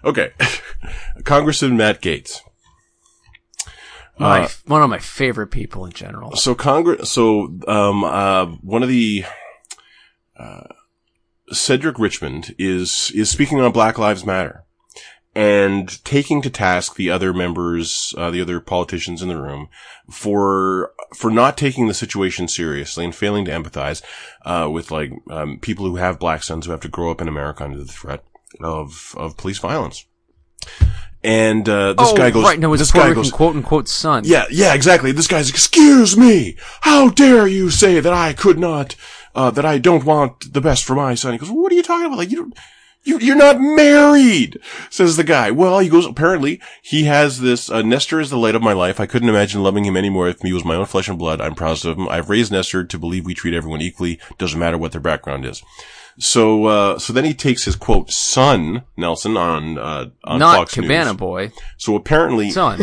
Okay. Congressman Matt Gates. My, Uh, one of my favorite people in general. So Congress, so um, uh, one of the uh, Cedric Richmond is is speaking on Black Lives Matter, and taking to task the other members, uh, the other politicians in the room for, for not taking the situation seriously and failing to empathize, uh, with like, um, people who have black sons who have to grow up in America under the threat of, of police violence. And, uh, this oh, guy goes, right. No, his this Puerto guy Rican goes, quote unquote son. yeah, yeah, exactly. This guy's, excuse me. How dare you say that I could not, uh, that I don't want the best for my son? He goes, what are you talking about? Like, you don't, you, you're not married, says the guy. Well, he goes, apparently he has this, uh, Nestor is the light of my life. I couldn't imagine loving him anymore if he was my own flesh and blood. I'm proud of him. I've raised Nestor to believe we treat everyone equally. Doesn't matter what their background is. So, uh, so then he takes his quote, son, Nelson, on, uh, on Not Fox Cabana News. boy, So apparently, son.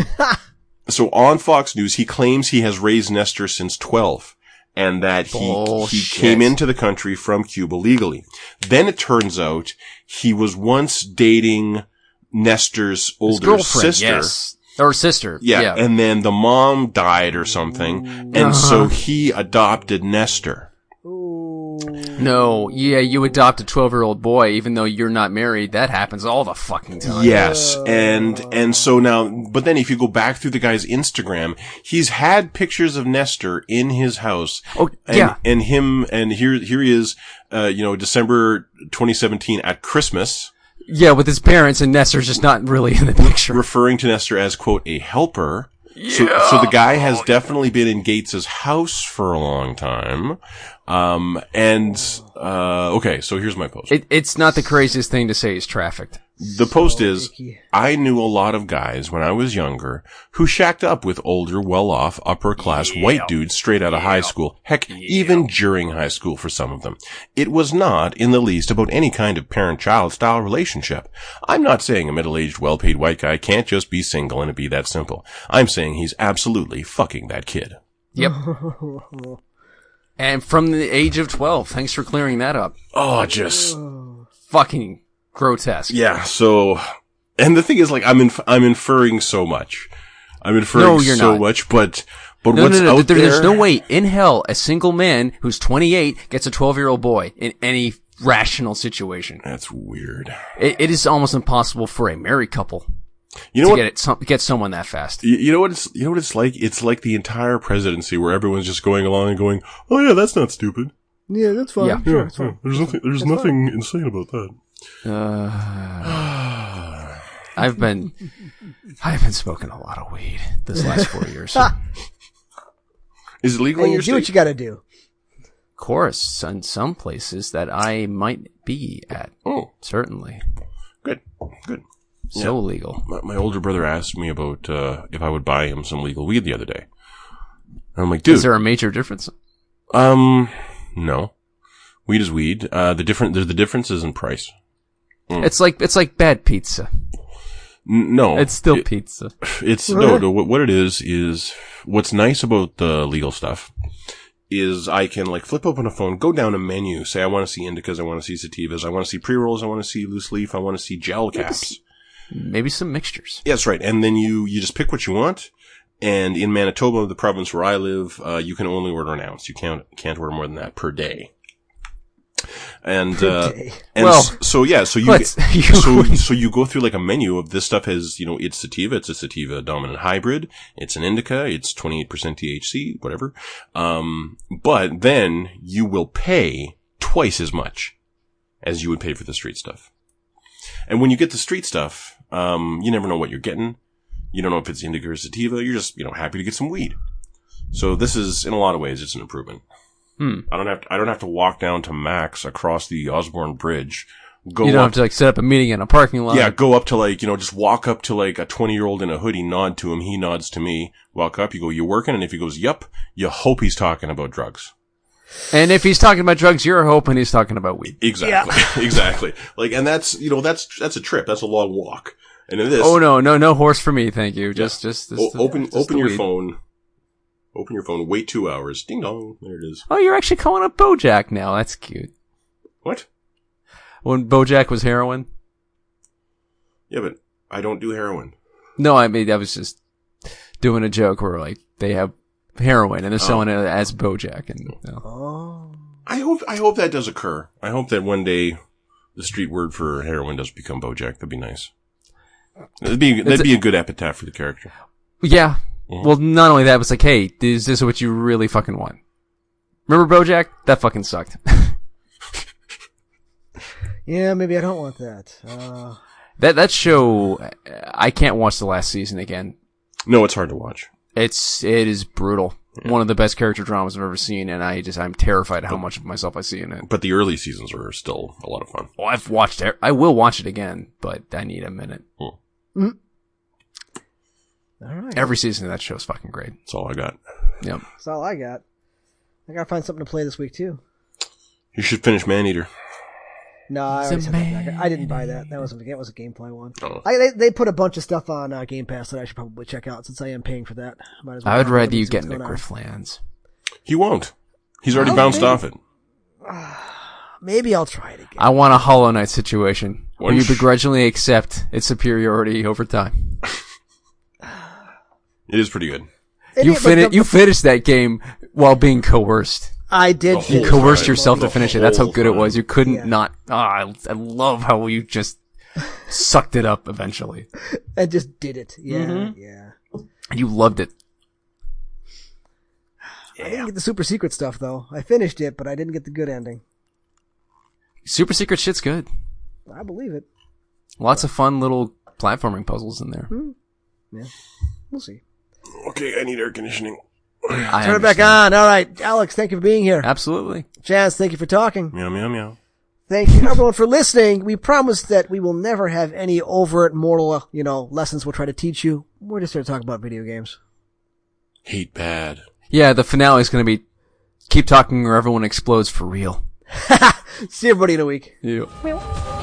so on Fox News, he claims he has raised Nestor since 12 and that he, he Bullshit. came into the country from Cuba legally. Then it turns out he was once dating Nestor's His older girlfriend, sister. yes, or sister. Yeah, yeah. And then the mom died or something. And so he adopted Nestor. Ooh. no, yeah, you adopt a twelve-year-old boy, even though you're not married. That happens all the fucking time. Yes, and and so now, but then if you go back through the guy's Instagram, he's had pictures of Nestor in his house. Oh, and, yeah. and him, and here here he is, uh, you know, December 2017 at Christmas, yeah, with his parents, and Nestor's just not really in the picture. referring to Nestor as quote a helper. So, so the guy has definitely been in Gates's house for a long time. Um, and, uh, okay, so here's my post. It, it's not the craziest thing to say. He's trafficked. The post is, icky. I knew a lot of guys when I was younger who shacked up with older, well-off, upper-class white dudes straight out of high school. Heck, even during high school for some of them. It was not in the least about any kind of parent-child style relationship. I'm not saying a middle-aged, well-paid white guy can't just be single and it be that simple. I'm saying he's absolutely fucking that kid. Yep. and from the age of twelve. Thanks for clearing that up. Oh, just Fucking grotesque. yeah. So, and the thing is, like, I'm inf- I'm inferring so much. I'm inferring No, you're so not. much, but but No, what's no, no. out there- there? There's no way in hell a single man who's 28 gets a 12 year old boy in any rational situation. That's weird. It, it is almost impossible for a married couple You know to what? get it some, get someone that fast. You you know what it's you know what it's like. It's like the entire presidency where everyone's just going along and going, "Oh yeah, that's not stupid. Yeah, that's fine. Yeah. Sure, it's fine. There's nothing. There's nothing insane about that." Uh, I've been I've been smoking a lot of weed this last four years. of Is it legal Hey, in you your do what state? you got to do. course, in some places that I might be at, oh, certainly, good, good. so legal. My, my older brother asked me about uh, if I would buy him some legal weed the other day. I'm like, dude, Is there a major difference? um, no, weed is weed. Uh, the different there's the differences in price. Mm. It's like it's like bad pizza. N- no, It's still It- pizza. It's no, no. What what it is is what's nice about the legal stuff is I can like flip open a phone, go down a menu, say I want to see indicas, I want to see sativas, I want to see pre rolls, I want to see loose leaf, I want to see gel caps. Maybe some mixtures. Yes, right. And then you you just pick what you want. And in Manitoba, the province where I live, uh, you can only order an ounce. You can't can't order more than that per day. And uh, day. and Well, s- so yeah, so you let's- get- you so wouldn't- so you go through like a menu of this stuff has you know it's sativa, it's a sativa dominant hybrid, it's an indica, it's twenty eight percent THC, whatever. Um, but then you will pay twice as much as you would pay for the street stuff. And when you get the street stuff, um, you never know what you're getting. You don't know if it's indica or sativa. You're just, you know, happy to get some weed. So this is, in a lot of ways, it's an improvement. Hmm. I don't have to, I don't have to walk down to Max across the Osborne Bridge. Go you don't up, have to like set up a meeting in a parking lot. yeah, go up to like, you know, just walk up to like a 20 year old in a hoodie, nod to him. He nods to me. Walk up. You go, you working? And if he goes, yup, you hope he's talking about drugs. And if he's talking about drugs, you're hoping he's talking about weed. Exactly. exactly. Like, and that's, you know, that's, that's a trip. That's a long walk. And in this, Oh no, no, no horse for me, thank you. Just, just, O- just open just open the your weed. phone. Open your phone. Wait two hours. Ding dong. There it is. Oh, you're actually calling up BoJack now. That's cute. What? When BoJack was heroin. Yeah, but I don't do heroin. No, I mean I was just doing a joke where like they have heroin and they're selling it as BoJack, and you know. Oh. I hope I hope that does occur. I hope that one day the street word for heroin does become BoJack. That'd be nice. That'd be that'd be a good epitaph for the character. Yeah. Well, not only that, but it's like, hey, is this what you really fucking want? Remember BoJack? That fucking sucked. Yeah, maybe I don't want that. Uh, that that show, I can't watch the last season again. No, it's hard to watch. It's it is brutal. One of the best character dramas I've ever seen, and I just I'm terrified how much of myself I see in it. But the early seasons are still a lot of fun. Well, I've watched it. I will watch it again, but I need a minute. Hmm. all right. Every season of that show is fucking great. That's all I got. Yep. That's all I got. I gotta find something to play this week too. You should finish Man Eater. No, I, He's already a said that. I- I didn't buy that. That was a, that was a gameplay one. Oh. I, they, they put a bunch of stuff on uh, Game Pass that I should probably check out since I am paying for that. Might as well I would download it rather and you see get what's going on. McGrifflands. He won't. He's already Oh, bounced man. off it. Maybe I'll try it again. I want a Hollow Knight situation where One you sh- begrudgingly accept its superiority over time. It is pretty good. It You is, but fini- the- you finished that game while being coerced. I The did. whole finish coerced coerced it. time. yourself to The finish it. That's how whole good it was. time. You couldn't Yeah. not. Ah, I, I love how you just sucked it up eventually, I just did it. Yeah, Mm-hmm. yeah. and you loved it. I didn't get the super secret stuff though. I finished it, but I didn't get the good ending. Super secret shit's good. I believe it. Lots of fun little platforming puzzles in there. Mm. We'll see. Okay, I need air conditioning. I Turn it back understand. on. All right, Alex. Thank you for being here. Absolutely. Chaz, thank you for talking. Meow meow meow. Thank you everyone for listening. We promise that we will never have any overt mortal, you know, lessons we'll try to teach you. We're just here to talk about video games. Hate bad. Yeah, the finale is going to be keep talking or everyone explodes for real. See everybody in a week. Yeah. Meow.